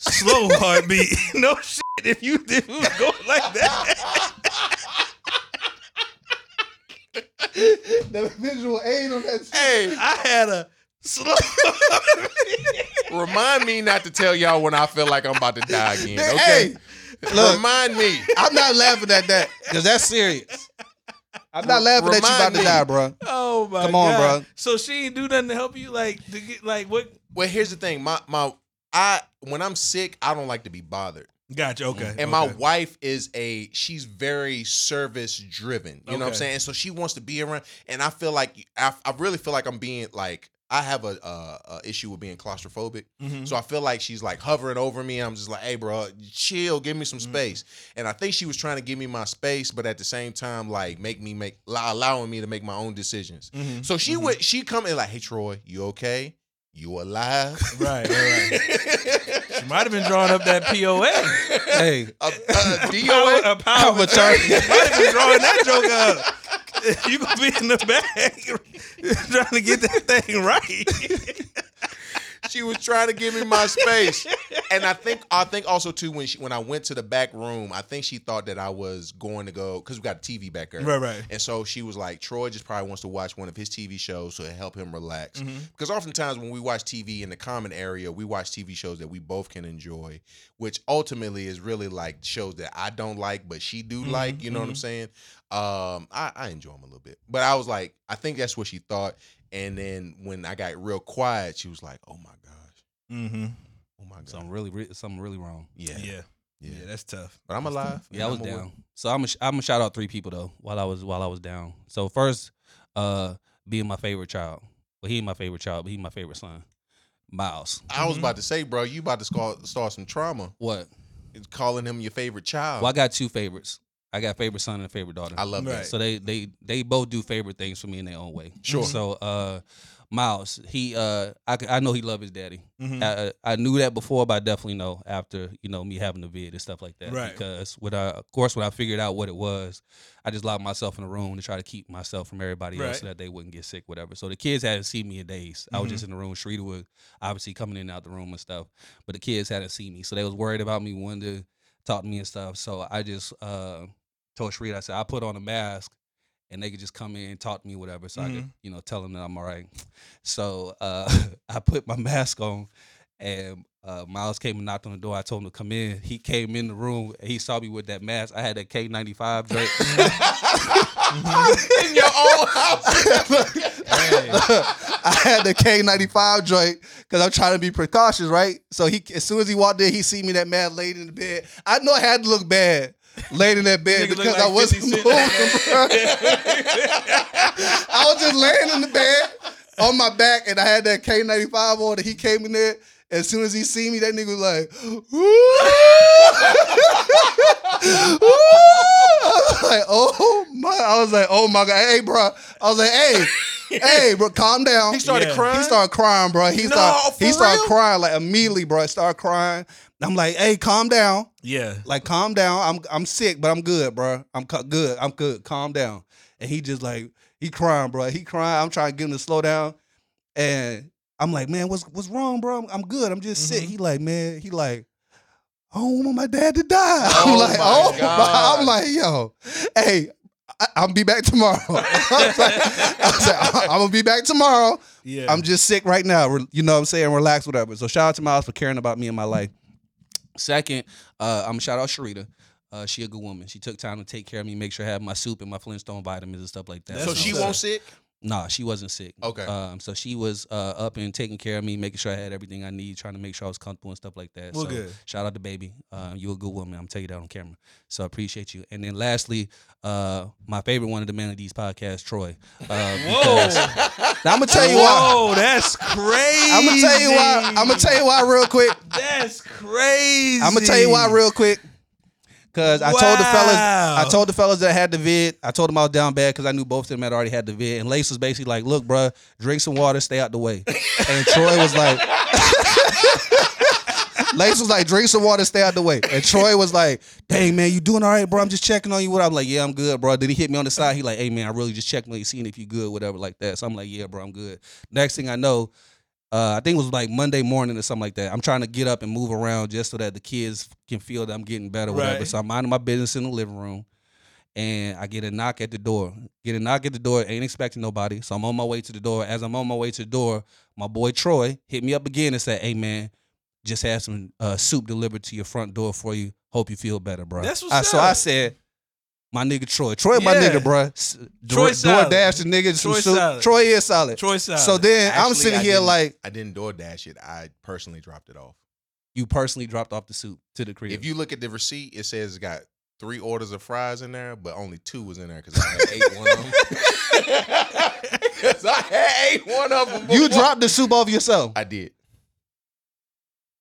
Speaker 2: slow heartbeat. no shit, if you did it was going like that.
Speaker 5: The visual aid on that.
Speaker 4: Hey,
Speaker 2: I had a slow.
Speaker 4: remind me not to tell y'all when I feel like I'm about to die again. Okay.
Speaker 5: Hey, look.
Speaker 4: remind me.
Speaker 5: I'm not laughing at that.
Speaker 1: Cause that's serious.
Speaker 5: I'm not laughing at you
Speaker 4: Remind
Speaker 5: about to
Speaker 4: me.
Speaker 5: die, bro.
Speaker 2: oh my
Speaker 1: Come on,
Speaker 2: God.
Speaker 1: bro.
Speaker 2: So she ain't do nothing to help you, like to get like what?
Speaker 4: Well, here's the thing. My my I when I'm sick, I don't like to be bothered.
Speaker 2: Gotcha. Okay.
Speaker 4: Mm-hmm. And my wife is a she's very service driven. You know what I'm
Speaker 2: Okay.
Speaker 4: saying? So she wants to be around, and I feel like I, I really feel like I'm being like I have a, a, a issue with being claustrophobic.
Speaker 2: Mm-hmm.
Speaker 4: So I feel like she's like hovering over me. I'm just like, hey, bro, chill, give me some
Speaker 2: Mm-hmm.
Speaker 4: space. And I think she was trying to give me my space, but at the same time, like make me make allow- allowing me to make my own decisions.
Speaker 2: Mhm.
Speaker 4: So she would she come in like, hey, Troy, you okay? You alive?
Speaker 2: Right. right, right. She might have been drawing up that POA.
Speaker 1: Hey,
Speaker 4: A, uh, a
Speaker 2: Power,
Speaker 4: DOA?
Speaker 2: a power of attorney. Might have been drawing that joke up. You gonna be in the back trying to get that thing right.
Speaker 4: She was trying to give me my space. And I think I think also too when she when I went to the back room, I think she thought that I was going to go because we got a TV back there.
Speaker 2: right.
Speaker 4: And so she was like, Troy just probably wants to watch one of his TV shows so it help him relax.
Speaker 1: Mm-hmm.
Speaker 4: Because oftentimes when we watch TV in the common area, we watch TV shows that we both can enjoy, which ultimately is really like shows that I don't like, but she do
Speaker 1: Mm-hmm.
Speaker 2: Mhm,
Speaker 4: like. You know what I'm
Speaker 2: mhm.
Speaker 4: saying? Um, I, I enjoy them a little bit. But I was like, I think that's what she thought. And then when I got real quiet, she was like, Oh my gosh.
Speaker 2: Mm-hmm.
Speaker 4: Oh my gosh.
Speaker 1: something really, re- something really wrong.
Speaker 4: yeah,
Speaker 2: Yeah.
Speaker 4: yeah.
Speaker 2: yeah. that's tough.
Speaker 4: But I'm alive.
Speaker 1: Yeah, I
Speaker 4: and
Speaker 1: was
Speaker 4: I'm aware.
Speaker 1: down. So I'm i I'm gonna shout out three people though while I was while I was down. So first, uh, being my favorite child. Well, he ain't my favorite child, but he my favorite son, Miles.
Speaker 4: I was about to say, bro, you about to scar- start some trauma.
Speaker 1: What?
Speaker 4: It's calling him your favorite child.
Speaker 2: Oh.
Speaker 1: Well, I got two favorites. I got favorite son and a favorite daughter.
Speaker 4: I love
Speaker 2: Right.
Speaker 4: that.
Speaker 1: So they they they both do favorite things for me in their own way.
Speaker 4: Sure.
Speaker 1: So uh, Miles, he uh, I c- I know he love his daddy.
Speaker 2: Mhm.
Speaker 1: I, uh, I I knew that before, but I definitely know after you know me having the vid and stuff like that.
Speaker 2: Right.
Speaker 1: Because when I, of course, when I figured out what it was, I just locked myself in a room to try to keep myself from everybody
Speaker 2: Right.
Speaker 1: else so that they wouldn't get sick, whatever. So the kids hadn't seen me in days. I was
Speaker 2: Mhm.
Speaker 1: just in the room. Sharita was obviously coming in and out the room and stuff, but the kids hadn't seen me, so they was worried about me, wanted to talk to me and stuff. So I just uh, told Sharita, I said I put on a mask. And they could just come in and talk to me, whatever, so I could,
Speaker 2: Mhm.
Speaker 1: you know, tell them that I'm all right. So uh, I put my mask on, and uh, Miles came and knocked on the door. I told him to come in. He came in the room. and He saw me with that mask. I had that K95 drink.
Speaker 4: in your own house.
Speaker 5: I had the K95 joint because I'm trying to be precautious, right? So he, as soon as he walked in, he see me that mad laid in the bed. I know I had to look bad laid in that bed
Speaker 2: Nigga look
Speaker 5: because
Speaker 2: like
Speaker 5: I wasn't
Speaker 2: 50
Speaker 5: moving.
Speaker 2: Cent.
Speaker 5: bruh. I was just laying in the bed on my back, and I had that K95 on. And he came in there. As soon as he see me, that nigga was like, "Ooh." I was like, oh my! I was like, oh my god! Hey, bro! I was like, hey, hey, bro, calm down.
Speaker 4: he started
Speaker 2: Yeah.
Speaker 4: crying.
Speaker 5: He started crying, bro. He
Speaker 4: No,
Speaker 5: started
Speaker 4: for
Speaker 5: he started
Speaker 4: real?
Speaker 5: crying like immediately, bro. Started crying. I'm like, hey, calm down.
Speaker 2: Yeah.
Speaker 5: Like, calm down. I'm I'm sick, but I'm good, bro. I'm co- good. I'm good. Calm down. And he just like he crying, bro. He crying. I'm trying to get him to slow down. And I'm like, man, what's what's wrong, bro? I'm, I'm good. I'm just sick.
Speaker 4: Mm-hmm.
Speaker 2: Mhm.
Speaker 5: He like, man. He like. I don't want my dad to die. I'm
Speaker 4: Oh
Speaker 5: like,
Speaker 4: my
Speaker 5: oh,
Speaker 4: God.
Speaker 5: I'm like, yo, hey, I, I'll be back tomorrow. I was like, I was like, I- I'm gonna be back tomorrow.
Speaker 2: Yeah.
Speaker 5: I'm just sick right now. Re- You know what I'm saying? Relax, whatever. So shout out to Miles for caring about me and my life.
Speaker 1: Second, uh, I'm gonna shout out Sharita. Uh, she a good woman. She took time to take care of me, make sure I have my soup and my Flintstone vitamins and stuff like that.
Speaker 4: so
Speaker 2: That's
Speaker 4: she
Speaker 2: what's
Speaker 4: won't
Speaker 2: up.
Speaker 4: sick.
Speaker 1: Nah, she wasn't sick.
Speaker 4: Okay.
Speaker 1: Um, so she was uh, up and taking care of me, making sure I had everything I need, trying to make sure I was comfortable and stuff like that.
Speaker 2: Well,
Speaker 1: so
Speaker 2: good.
Speaker 1: shout out to baby. Uh, you a good woman. I'm telling you that on camera. So I appreciate you. And then lastly, uh, my favorite one of the Man of These podcasts, Troy. Uh, because-
Speaker 2: Whoa.
Speaker 5: Now I'm gonna tell you why.
Speaker 2: Whoa, that's crazy.
Speaker 5: I'm gonna tell you why. I'm gonna tell you why real quick.
Speaker 2: That's crazy.
Speaker 5: I'm gonna tell you why real quick. Cause I told the fellas, I
Speaker 2: Wow.
Speaker 5: told the fellas that I had the vid.
Speaker 1: I told them I was down bad because I knew both of them had already had the vid. And Lace was basically like, look, bruh, drink some water, stay out the way. And Troy was like,
Speaker 5: Lace was like, drink some water, stay out the way. And Troy was like, dang man, you doing all right, bro? I'm just checking on you. What I'm like, yeah, I'm good, bro. Then he hit me on the side. He like, hey man, I really just checking on you, seeing if you good, whatever, like that. So I'm like, yeah, bro, I'm good. Next thing I know, uh, I think it was like Monday morning or something like that. I'm trying to get up and move around just so that the kids can feel that I'm getting better, whatever.
Speaker 2: Right.
Speaker 1: So I'm minding my business in the living room, and I get a knock at the door. Get a knock at the door. Ain't expecting nobody, so I'm on my way to the door. As I'm on my way to the door, my boy Troy hit me up again and said, "Hey man, just had some uh, soup delivered to your front door for you. Hope you feel better, bro."
Speaker 2: That's what's
Speaker 1: I, So I
Speaker 2: up.
Speaker 1: said. My nigga Troy, Troy, my
Speaker 2: Yeah.
Speaker 1: nigga, bro. Troy,
Speaker 2: Troy
Speaker 1: door
Speaker 2: solid.
Speaker 1: dash the nigga some
Speaker 2: Troy
Speaker 1: soup.
Speaker 2: solid.
Speaker 5: Troy is solid.
Speaker 2: Troy Side.
Speaker 5: So then I'm
Speaker 4: Actually,
Speaker 5: sitting
Speaker 4: I
Speaker 5: here
Speaker 4: didn't-
Speaker 5: like,
Speaker 4: I didn't door dash it. I personally dropped it off.
Speaker 1: You personally dropped off the soup to the crib.
Speaker 4: If you look at the receipt, it says it's got three orders of fries in there, but only two was in there because I had ate one of them. Because I had ate one of them.
Speaker 5: you
Speaker 4: before.
Speaker 5: dropped the soup off yourself.
Speaker 4: I did.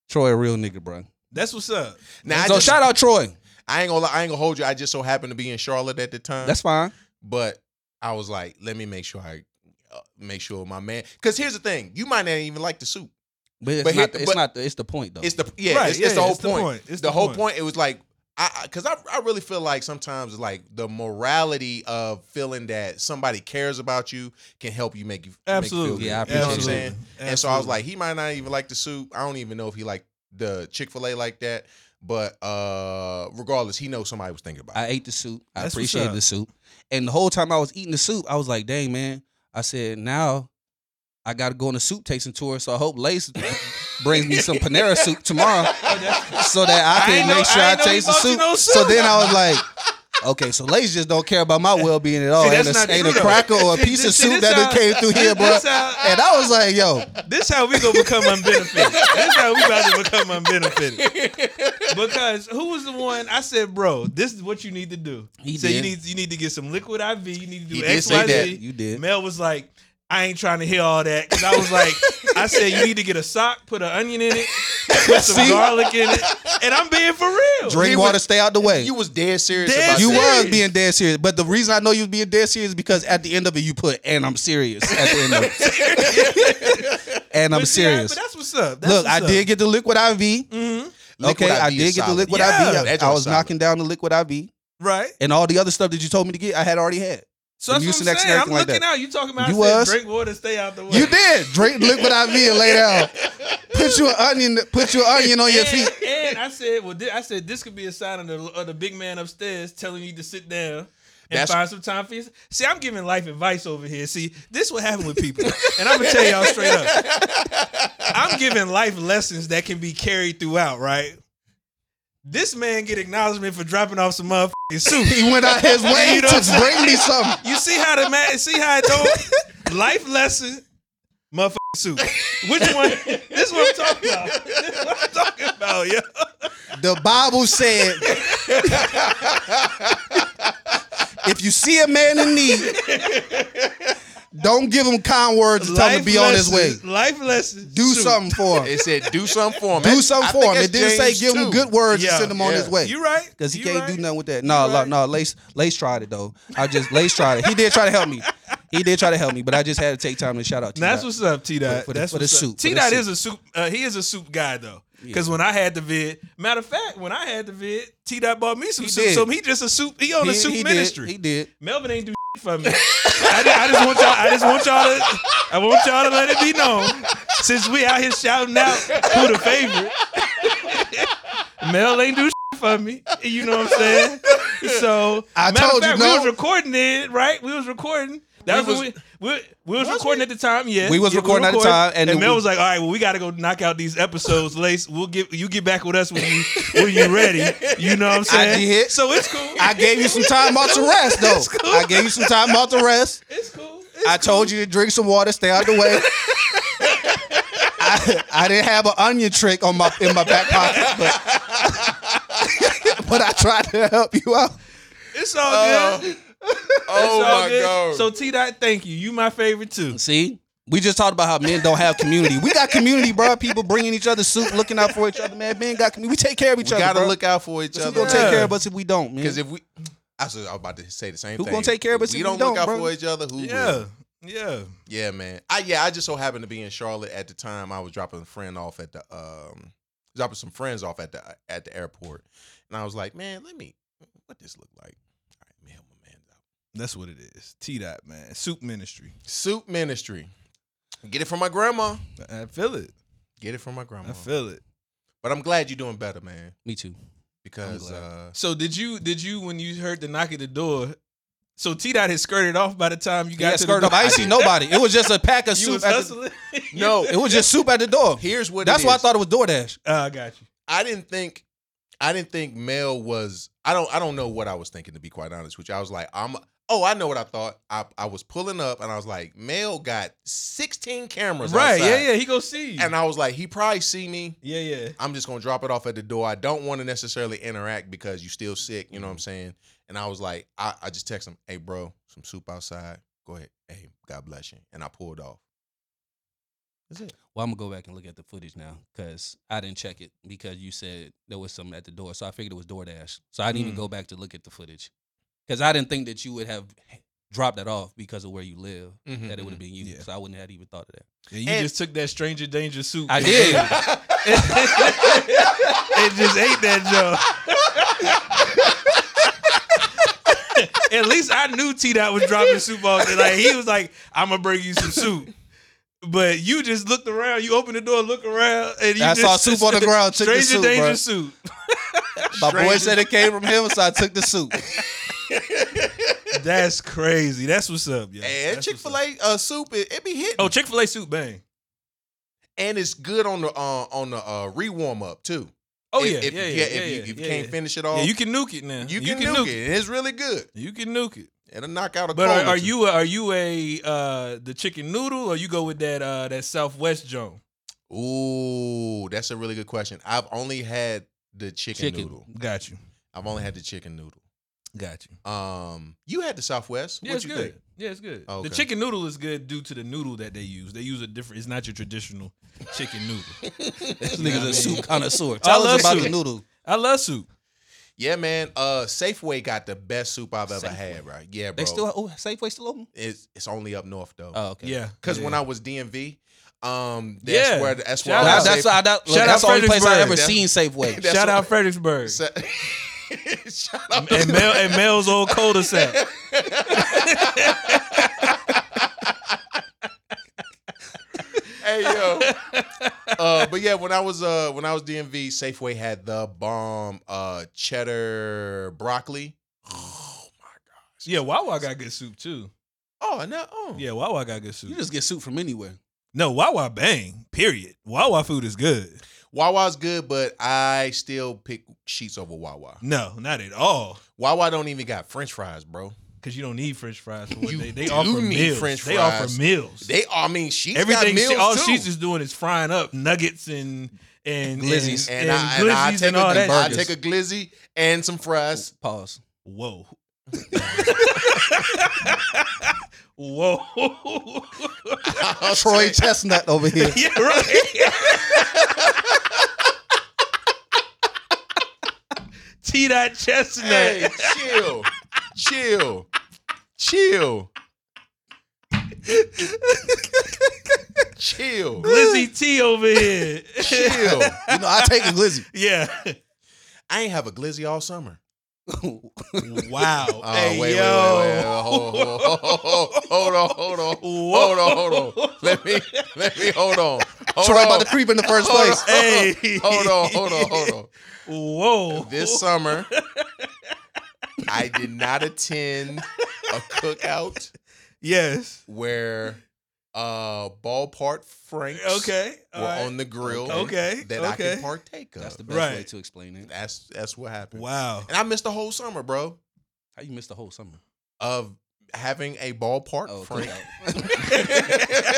Speaker 1: Troy, a real nigga, bro.
Speaker 2: that's what's up.
Speaker 4: Now I
Speaker 1: so
Speaker 4: just,
Speaker 1: shout out Troy.
Speaker 4: I ain't gonna. lie- I ain't gonna hold you. I just so happened to be in Charlotte at the time.
Speaker 1: That's fine.
Speaker 4: but I was like, let me make sure I uh, make sure my man. Because here's the thing: you might not even like the soup.
Speaker 1: But it's
Speaker 4: But
Speaker 1: not.
Speaker 4: here-
Speaker 1: the- it's
Speaker 4: but-
Speaker 1: not. The, it's the point though.
Speaker 4: It's the yeah.
Speaker 2: Right,
Speaker 4: it's, it's the
Speaker 2: yeah,
Speaker 4: whole
Speaker 2: it's the
Speaker 4: point.
Speaker 2: point. It's
Speaker 4: the,
Speaker 2: the
Speaker 4: whole
Speaker 2: point.
Speaker 4: point. It was like I because I, I really feel like sometimes like the morality of feeling that somebody cares about you can help you make you make you feel
Speaker 2: Absolutely.
Speaker 4: good.
Speaker 1: Yeah, I
Speaker 4: you know what I'm
Speaker 1: appreciate
Speaker 4: saying.
Speaker 1: it.
Speaker 4: And so I was
Speaker 2: Absolutely.
Speaker 4: like, he might not even like the soup. I don't even know if he liked the Chick Fil A like that. But uh regardless, he knows somebody was thinking about. it.
Speaker 1: I ate the soup. I
Speaker 2: That's what's
Speaker 1: appreciated
Speaker 2: up.
Speaker 1: the soup. And the whole time I was eating the soup, I was like, dang man. I said now. I gotta go on a soup tasting tour, so I hope Lace brings me some Panera soup tomorrow, so that I
Speaker 2: I
Speaker 1: can
Speaker 2: ain't
Speaker 1: make
Speaker 2: know-
Speaker 1: sure
Speaker 2: I
Speaker 1: I,
Speaker 2: ain't know he
Speaker 1: taste the
Speaker 2: bought you
Speaker 1: soup.
Speaker 2: no
Speaker 1: So
Speaker 2: soup.
Speaker 1: then I was like, okay, so Lace just don't care about my well being at all.
Speaker 2: See,
Speaker 1: ain't
Speaker 2: that's not
Speaker 1: a, ain't a
Speaker 2: true, though.
Speaker 1: cracker or a
Speaker 2: See,
Speaker 1: piece of
Speaker 2: see,
Speaker 1: soup
Speaker 2: this
Speaker 1: that done
Speaker 2: how-
Speaker 1: came through here, bro.
Speaker 2: This how,
Speaker 1: And I was like, yo,
Speaker 2: this how we gonna become unbenefited. this how we about to become unbenefited. Because who was the one I said, bro, this is what you need to do.
Speaker 1: He
Speaker 2: so you
Speaker 1: did.
Speaker 2: need you need to get some liquid IV. You need to do
Speaker 4: He did
Speaker 2: X,
Speaker 4: say
Speaker 2: Y,
Speaker 4: that.
Speaker 2: Z.
Speaker 1: you did.
Speaker 2: Mel was like, I ain't trying to hear all that. Cause I was like, I said you need to get a sock, put an onion in it, put some
Speaker 5: See?
Speaker 2: garlic in it, and I'm being for real.
Speaker 5: Drink
Speaker 4: He
Speaker 5: water,
Speaker 4: was-
Speaker 5: stay out the way.
Speaker 4: You was dead serious.
Speaker 2: Dead
Speaker 4: about
Speaker 5: You
Speaker 4: that.
Speaker 5: was
Speaker 2: serious.
Speaker 5: being dead serious, but the reason I know you was being dead serious is because at the end of it you put "and I'm serious" at the end of it, and I'm
Speaker 2: But see, I-
Speaker 5: serious.
Speaker 2: But that's what's up. That's
Speaker 5: Look,
Speaker 2: what's
Speaker 5: I
Speaker 2: up.
Speaker 5: did get the liquid IV.
Speaker 2: Mhm.
Speaker 4: Liquid
Speaker 5: okay, I
Speaker 4: IV is
Speaker 5: did get the
Speaker 4: solid.
Speaker 5: liquid
Speaker 2: Yeah.
Speaker 5: IV.
Speaker 4: That
Speaker 5: I
Speaker 4: joint
Speaker 5: was
Speaker 4: solid.
Speaker 5: knocking down the liquid IV,
Speaker 2: right.
Speaker 5: and all the other stuff that you told me to get, I had already had.
Speaker 2: So
Speaker 5: And
Speaker 2: that's what I'm
Speaker 5: Mucinex and
Speaker 2: saying. I'm
Speaker 5: everything like
Speaker 2: looking
Speaker 5: that.
Speaker 2: out. You talking about?
Speaker 5: You
Speaker 2: I said,
Speaker 5: was.
Speaker 2: drink water, stay out the way.
Speaker 5: You did drink liquid IV and lay down. Put you an onion. Put you an onion on your
Speaker 2: And,
Speaker 5: feet.
Speaker 2: and I said, well, thi- I said this could be a sign of the, of the big man upstairs telling you to sit down. And
Speaker 4: That's-
Speaker 2: find some time for you. See, I'm giving life advice over here. See, this what happened with people, and I'm gonna tell y'all straight up. I'm I'm giving life lessons that can be carried throughout, right? This man get acknowledgement for dropping off some motherfucking soup.
Speaker 1: He went out his way
Speaker 2: You know what
Speaker 1: to
Speaker 2: I'm
Speaker 1: bring me something.
Speaker 2: You see how the man, see how it don't life lesson, motherfucking soup. Which one? This what I'm talking about. This what I'm talking about, yo.
Speaker 1: The Bible said, if you see a man in need, don't give him kind words and tell him to be on his way.
Speaker 2: lessons- Life lessons.
Speaker 1: Do
Speaker 2: soup.
Speaker 1: something for him.
Speaker 4: It said do something for him.
Speaker 1: Do something for him. It didn't say give him good words
Speaker 2: Yeah,
Speaker 1: and send him on
Speaker 4: yeah.
Speaker 1: his way.
Speaker 2: You right?
Speaker 1: Because he
Speaker 2: You
Speaker 1: can't
Speaker 2: right.
Speaker 1: do nothing with that. No,
Speaker 2: right.
Speaker 1: no, Lace Lace tried it though. I just Lace tried it. He did try to help me. He did try to help me, but I just had to take time to shout out to
Speaker 2: That's
Speaker 1: you.
Speaker 2: what's up, T Dot.
Speaker 1: For the-
Speaker 2: That's
Speaker 1: for the
Speaker 2: what's
Speaker 1: soup,
Speaker 2: Up.
Speaker 1: for the
Speaker 2: T Dot
Speaker 1: soup.
Speaker 2: is a soup. Uh, he is a soup guy though. Because when I had the vid, matter of fact, when I had the vid, T Dot bought me some
Speaker 1: He
Speaker 2: soup.
Speaker 1: did.
Speaker 2: So he just a soup. He on a
Speaker 1: He-
Speaker 2: soup
Speaker 1: he did.
Speaker 2: ministry.
Speaker 1: He did.
Speaker 2: Melvin ain't do shit for me. I, di- I just want y'all. I just want y'all to. I want y'all to let it be known. Since we out here shouting out who the favorite, Mel ain't do shit for me. You know what I'm saying? So
Speaker 1: I
Speaker 2: matter of
Speaker 1: told you,
Speaker 2: fact,
Speaker 1: no.
Speaker 2: we was recording it right. We was recording. That
Speaker 4: We
Speaker 2: was,
Speaker 4: was-
Speaker 2: when we, we, we was recording at the time. Yeah,
Speaker 1: We was
Speaker 2: Yeah,
Speaker 1: recording at the
Speaker 2: recorded.
Speaker 1: time, and then
Speaker 2: Mel
Speaker 1: we-
Speaker 2: was like, "All right, well, we got to go knock out these episodes, Lace. We'll get you get back with us when you when you ready. You know what I'm
Speaker 1: I
Speaker 2: saying?
Speaker 1: did.
Speaker 2: So it's cool.
Speaker 1: I gave you some time out to rest though. I gave you some time out to rest.
Speaker 2: it's cool.
Speaker 1: I told you to drink some water, stay out the way. I, I didn't have an onion trick on my in my back pocket, but, but I tried to help you out.
Speaker 2: It's all
Speaker 4: Uh,
Speaker 2: good. It's all
Speaker 4: Oh my
Speaker 2: good.
Speaker 4: god.
Speaker 2: So T dot, thank you. You my favorite too.
Speaker 1: See, we just talked about how men don't have community. We got community, bro. People bringing each other soup, looking out for each other, man. Men got community. We take care of each
Speaker 4: we
Speaker 1: other.
Speaker 4: gotta
Speaker 1: bro.
Speaker 4: look out for each
Speaker 1: Who
Speaker 4: other.
Speaker 1: gonna take care of us if we don't, man?
Speaker 4: Because if we, I was, I was about to say the same
Speaker 1: Mm. Who
Speaker 4: thing.
Speaker 1: gonna take care of us
Speaker 4: We
Speaker 1: if we
Speaker 4: don't
Speaker 1: don't,
Speaker 4: look out
Speaker 1: bro?
Speaker 4: for each other. Who?
Speaker 2: Yeah.
Speaker 4: will?
Speaker 2: Yeah.
Speaker 4: Yeah, man. I yeah. I just so happened to be in Charlotte at the time. I was dropping a friend off at the um, dropping some friends off at the at the airport, and I was like, man, let me what this look like. All right, let me help my man out.
Speaker 2: That's what it is. T dot, man. Soup ministry.
Speaker 4: Soup Ministry. Get it from my grandma.
Speaker 2: I feel it.
Speaker 4: Get it from my grandma.
Speaker 2: I feel it.
Speaker 4: but I'm glad you're doing better, man.
Speaker 1: Me too.
Speaker 4: Because
Speaker 1: glad.
Speaker 4: uh,
Speaker 2: So did you did you when you heard the knock at the door? So T dot had skirted off by the time you got
Speaker 1: Yeah,
Speaker 2: to
Speaker 1: skirt
Speaker 2: the
Speaker 1: up.
Speaker 2: door.
Speaker 1: I didn't see nobody. It was just a pack of
Speaker 2: You
Speaker 1: soup.
Speaker 2: was
Speaker 1: At the,
Speaker 2: hustling.
Speaker 4: no,
Speaker 1: it was just soup at the door.
Speaker 4: here's what. it
Speaker 1: That's why I
Speaker 4: is.
Speaker 1: thought it was DoorDash.
Speaker 2: Oh, I got you.
Speaker 4: I didn't think I didn't think Mel was I don't I don't know what I was thinking to be quite honest with you. I was like, I'm oh, I know what I thought. I, I was pulling up and I was like, Mel got 16 cameras.
Speaker 2: Right.
Speaker 4: outside.
Speaker 2: Yeah. Yeah. He go see you.
Speaker 4: And I was like, he probably see me.
Speaker 2: yeah. Yeah.
Speaker 4: I'm just gonna drop it off at the door. I don't want to necessarily interact because you still sick, you know what
Speaker 2: Mm-hmm.
Speaker 4: I'm saying? And I was like, I, I just text him, hey bro, some soup outside. Go ahead. Hey, God bless you. And I pulled off. That's it.
Speaker 1: Well, I'm gonna go back and look at the footage now because I didn't check it because you said there was some at the door, so I figured it was DoorDash. So I didn't even
Speaker 4: Mm.
Speaker 1: go back to look at the footage because I didn't think that you would have dropped that off because of where you live.
Speaker 2: Mm-hmm,
Speaker 1: That it would have been you,
Speaker 2: Yeah.
Speaker 1: so I wouldn't have even thought of that.
Speaker 2: And you
Speaker 4: And-
Speaker 2: just took that stranger danger soup.
Speaker 1: I did.
Speaker 2: It just ate that joke. At least I knew T Dot was dropping soup off. there. Like he was like, "I'm gonna bring you some soup," but you just looked around. You opened the door, look around, and you
Speaker 1: I
Speaker 2: just,
Speaker 1: saw soup on the ground, took the soup,
Speaker 2: stranger danger
Speaker 1: bro.
Speaker 2: soup.
Speaker 1: My boy said it came from him, so I took the soup.
Speaker 2: That's crazy. That's what's up, yo.
Speaker 4: And
Speaker 2: That's
Speaker 4: Chick
Speaker 2: what's
Speaker 4: fil
Speaker 2: up.
Speaker 4: A uh, soup, it, it be hitting.
Speaker 2: Oh, Chick Fil A soup, bang.
Speaker 4: and it's good on the uh, on the uh, rewarm up too.
Speaker 2: Oh
Speaker 4: If-
Speaker 2: yeah, yeah,
Speaker 4: if, you-
Speaker 2: yeah,
Speaker 4: If
Speaker 2: yeah,
Speaker 4: you,
Speaker 2: yeah,
Speaker 4: if you
Speaker 2: yeah,
Speaker 4: can't
Speaker 2: yeah.
Speaker 4: finish it all,
Speaker 2: Yeah,
Speaker 4: you,
Speaker 2: you can nuke it now.
Speaker 4: can, nuke, it. It's really good.
Speaker 2: You can nuke it.
Speaker 4: It'll knock out a.
Speaker 2: But
Speaker 4: cold
Speaker 2: are,
Speaker 4: or
Speaker 2: are
Speaker 4: two.
Speaker 2: you are you a uh, the chicken noodle or you go with that uh, that Southwest Joan?
Speaker 4: Ooh, that's a really good question. I've only had the chicken,
Speaker 1: Chicken.
Speaker 4: noodle.
Speaker 2: Got you,
Speaker 4: I've only had the chicken noodle.
Speaker 2: got you.
Speaker 4: Um, you had the Southwest.
Speaker 2: Yeah,
Speaker 4: what
Speaker 2: it's
Speaker 4: you
Speaker 2: good.
Speaker 4: think?
Speaker 2: Yeah, it's good.
Speaker 4: Oh,
Speaker 2: The
Speaker 4: okay.
Speaker 2: chicken noodle is good due to the noodle that they use. They use a different. It's not your traditional chicken noodle.
Speaker 1: This
Speaker 2: what I
Speaker 1: nigga's
Speaker 2: mean?
Speaker 1: a soup connoisseur. Tell
Speaker 2: love
Speaker 1: us about
Speaker 2: soup.
Speaker 1: the noodle.
Speaker 2: I love soup.
Speaker 4: Yeah, man. Uh, Safeway got the best soup I've ever had. Right? Yeah, bro.
Speaker 1: They still oh Safeway still open?
Speaker 4: it's it's only up north though.
Speaker 1: Oh okay.
Speaker 2: Yeah,
Speaker 4: Because
Speaker 2: yeah.
Speaker 4: when I was DMV, um, that's
Speaker 2: Yeah.
Speaker 4: where that's where
Speaker 2: Shout
Speaker 4: all
Speaker 2: out.
Speaker 1: That-
Speaker 4: the
Speaker 1: that's
Speaker 4: Safeway-
Speaker 1: I, that, look,
Speaker 2: Shout
Speaker 1: that's
Speaker 2: out
Speaker 1: the only place I
Speaker 2: Fredericksburg.
Speaker 1: ever
Speaker 4: That's-
Speaker 1: seen Safeway.
Speaker 4: That's
Speaker 2: Shout
Speaker 4: what-
Speaker 2: out Fredericksburg
Speaker 4: Sa- Shout out.
Speaker 2: and, Mel, and Mel's old cul-de-sac.
Speaker 4: hey yo. Uh, but yeah, when I was uh when I was DMV, Safeway had the bomb uh cheddar broccoli. Oh my god.
Speaker 2: Yeah, Wawa got good soup too.
Speaker 4: Oh, and that oh.
Speaker 2: Yeah, Wawa got good soup.
Speaker 1: You just get soup from anywhere.
Speaker 2: No, Wawa bang. Period. Wawa food is good.
Speaker 4: Wawa's good, but I still pick sheets over Wawa.
Speaker 2: No, not at all.
Speaker 4: Wawa don't even got French fries, bro.
Speaker 2: Because you don't need French fries. For what
Speaker 4: You
Speaker 2: they they
Speaker 4: do
Speaker 2: offer
Speaker 4: need
Speaker 2: meals.
Speaker 4: french
Speaker 2: They offer
Speaker 4: fries.
Speaker 2: meals.
Speaker 4: They, I mean, she's
Speaker 2: Everything.
Speaker 4: got
Speaker 2: she, all
Speaker 4: meals too.
Speaker 2: she's just doing is frying up nuggets and and
Speaker 1: Glizzies.
Speaker 2: and,
Speaker 4: and,
Speaker 2: and,
Speaker 4: I, and I
Speaker 2: glizzies
Speaker 4: take
Speaker 2: and
Speaker 4: a,
Speaker 2: all that.
Speaker 4: I
Speaker 2: shit.
Speaker 4: take a glizzy and some fries.
Speaker 1: Pause.
Speaker 2: Whoa. Whoa.
Speaker 5: Troy Chestnut over here.
Speaker 2: yeah, right. T dot chestnut.
Speaker 4: Hey, chill, chill, chill, chill,
Speaker 2: Lizzie T over here.
Speaker 4: chill.
Speaker 5: You know, I take a glizzy.
Speaker 2: yeah.
Speaker 4: I ain't have a glizzy all summer.
Speaker 2: Wow.
Speaker 4: Oh,
Speaker 2: hey,
Speaker 4: wait, wait, wait, wait,
Speaker 2: yo.
Speaker 4: wait, hold, hold, hold, hold, on, hold on, hold on, hold on. Let me, let me, hold on. Hold
Speaker 5: Troy
Speaker 4: on.
Speaker 5: about to creep in the first
Speaker 4: Hold
Speaker 5: place.
Speaker 4: on.
Speaker 2: Hey.
Speaker 4: Hold on, hold on, hold
Speaker 2: Whoa.
Speaker 4: on. This summer, I did not attend a cookout
Speaker 2: yes.
Speaker 4: where uh ballpark franks
Speaker 2: Okay.
Speaker 4: were
Speaker 2: all right.
Speaker 4: on the grill
Speaker 2: Okay,
Speaker 4: that I
Speaker 2: okay.
Speaker 4: could partake of.
Speaker 1: That's the
Speaker 4: That's,
Speaker 1: best way
Speaker 2: Right.
Speaker 1: to explain it.
Speaker 4: that's what happened.
Speaker 2: Wow.
Speaker 4: And I missed the whole summer, bro,
Speaker 1: How you missed the whole summer?
Speaker 4: of having a ballpark
Speaker 1: Oh,
Speaker 4: frank.
Speaker 1: cookout.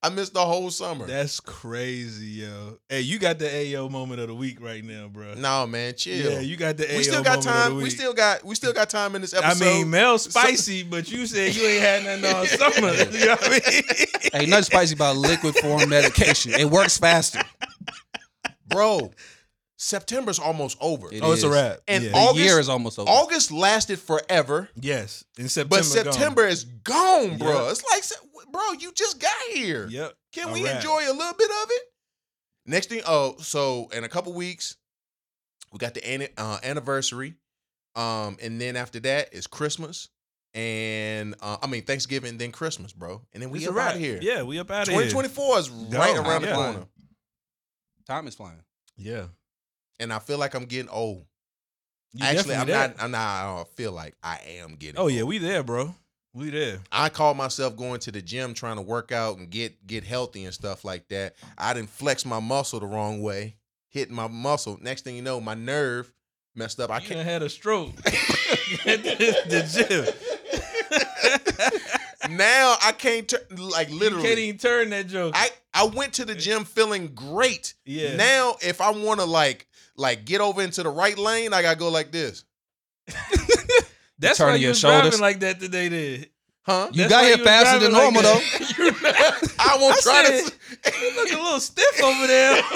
Speaker 4: I missed the whole summer.
Speaker 2: That's crazy, yo. Hey, you got the Ayo moment of the week right now, bro.
Speaker 4: no, man, chill.
Speaker 2: Yeah, you got the Ayo
Speaker 4: we still
Speaker 2: moment
Speaker 4: got
Speaker 2: of the
Speaker 4: time. We
Speaker 2: week.
Speaker 4: still got we still got time in this
Speaker 2: I
Speaker 4: episode.
Speaker 2: mean, Mel spicy, but you said you ain't had nothing all summer. you know what I mean?
Speaker 1: hey, nothing spicy about liquid form medication. It works faster.
Speaker 4: bro, September's almost over.
Speaker 1: It
Speaker 2: Oh, it's a
Speaker 1: is.
Speaker 2: wrap.
Speaker 4: And
Speaker 2: yeah.
Speaker 1: The
Speaker 4: August-
Speaker 1: year is almost over.
Speaker 4: August lasted forever.
Speaker 2: yes, in September.
Speaker 4: But September is gone, bro.
Speaker 2: Yeah.
Speaker 4: It's like, se- bro, you just got here.
Speaker 2: gone. Yep.
Speaker 4: Can
Speaker 2: a
Speaker 4: we
Speaker 2: wrap.
Speaker 4: enjoy a little bit of it? Next thing, oh, so in a couple weeks, we got the an- uh, anniversary, um, and then after that is Christmas, and uh, I mean Thanksgiving, then Christmas, bro, and then we
Speaker 2: It's
Speaker 4: up
Speaker 2: a wrap.
Speaker 4: out here.
Speaker 2: Yeah, we up out of
Speaker 4: twenty
Speaker 2: here.
Speaker 4: twenty four is right
Speaker 2: Gone,
Speaker 4: around the
Speaker 2: yeah.
Speaker 4: corner,
Speaker 1: Time is flying.
Speaker 2: Yeah.
Speaker 4: and I feel like I'm getting old.
Speaker 2: You
Speaker 4: Actually,
Speaker 2: definitely
Speaker 4: I'm
Speaker 2: there.
Speaker 4: not. I'm not. I don't feel like I am getting.
Speaker 2: Oh yeah,
Speaker 4: old.
Speaker 2: we there, bro. We there.
Speaker 4: I call myself going to the gym trying to work out and get get healthy and stuff like that. I didn't flex my muscle the wrong way, hitting my muscle. Next thing you know, my nerve messed up. I
Speaker 2: I you done
Speaker 4: can't.
Speaker 2: had a stroke at the, the gym.
Speaker 4: Now I can't turn like
Speaker 2: You can't
Speaker 4: literally.
Speaker 2: even turn that joke.
Speaker 4: I I went to the gym feeling great.
Speaker 2: yeah.
Speaker 4: Now if I want to like like get over into the right lane, I gotta go like this,
Speaker 2: That's
Speaker 1: Turning
Speaker 2: why you
Speaker 1: your
Speaker 2: was driving
Speaker 1: shoulders.
Speaker 2: like that today. Then
Speaker 4: huh?
Speaker 1: You
Speaker 2: That's
Speaker 1: got
Speaker 2: why
Speaker 1: here
Speaker 2: was
Speaker 1: faster than
Speaker 2: driving
Speaker 1: normal
Speaker 2: like
Speaker 1: though.
Speaker 2: that. You're not-
Speaker 4: I won't
Speaker 2: I
Speaker 4: try
Speaker 2: said, you look a little stiff over there.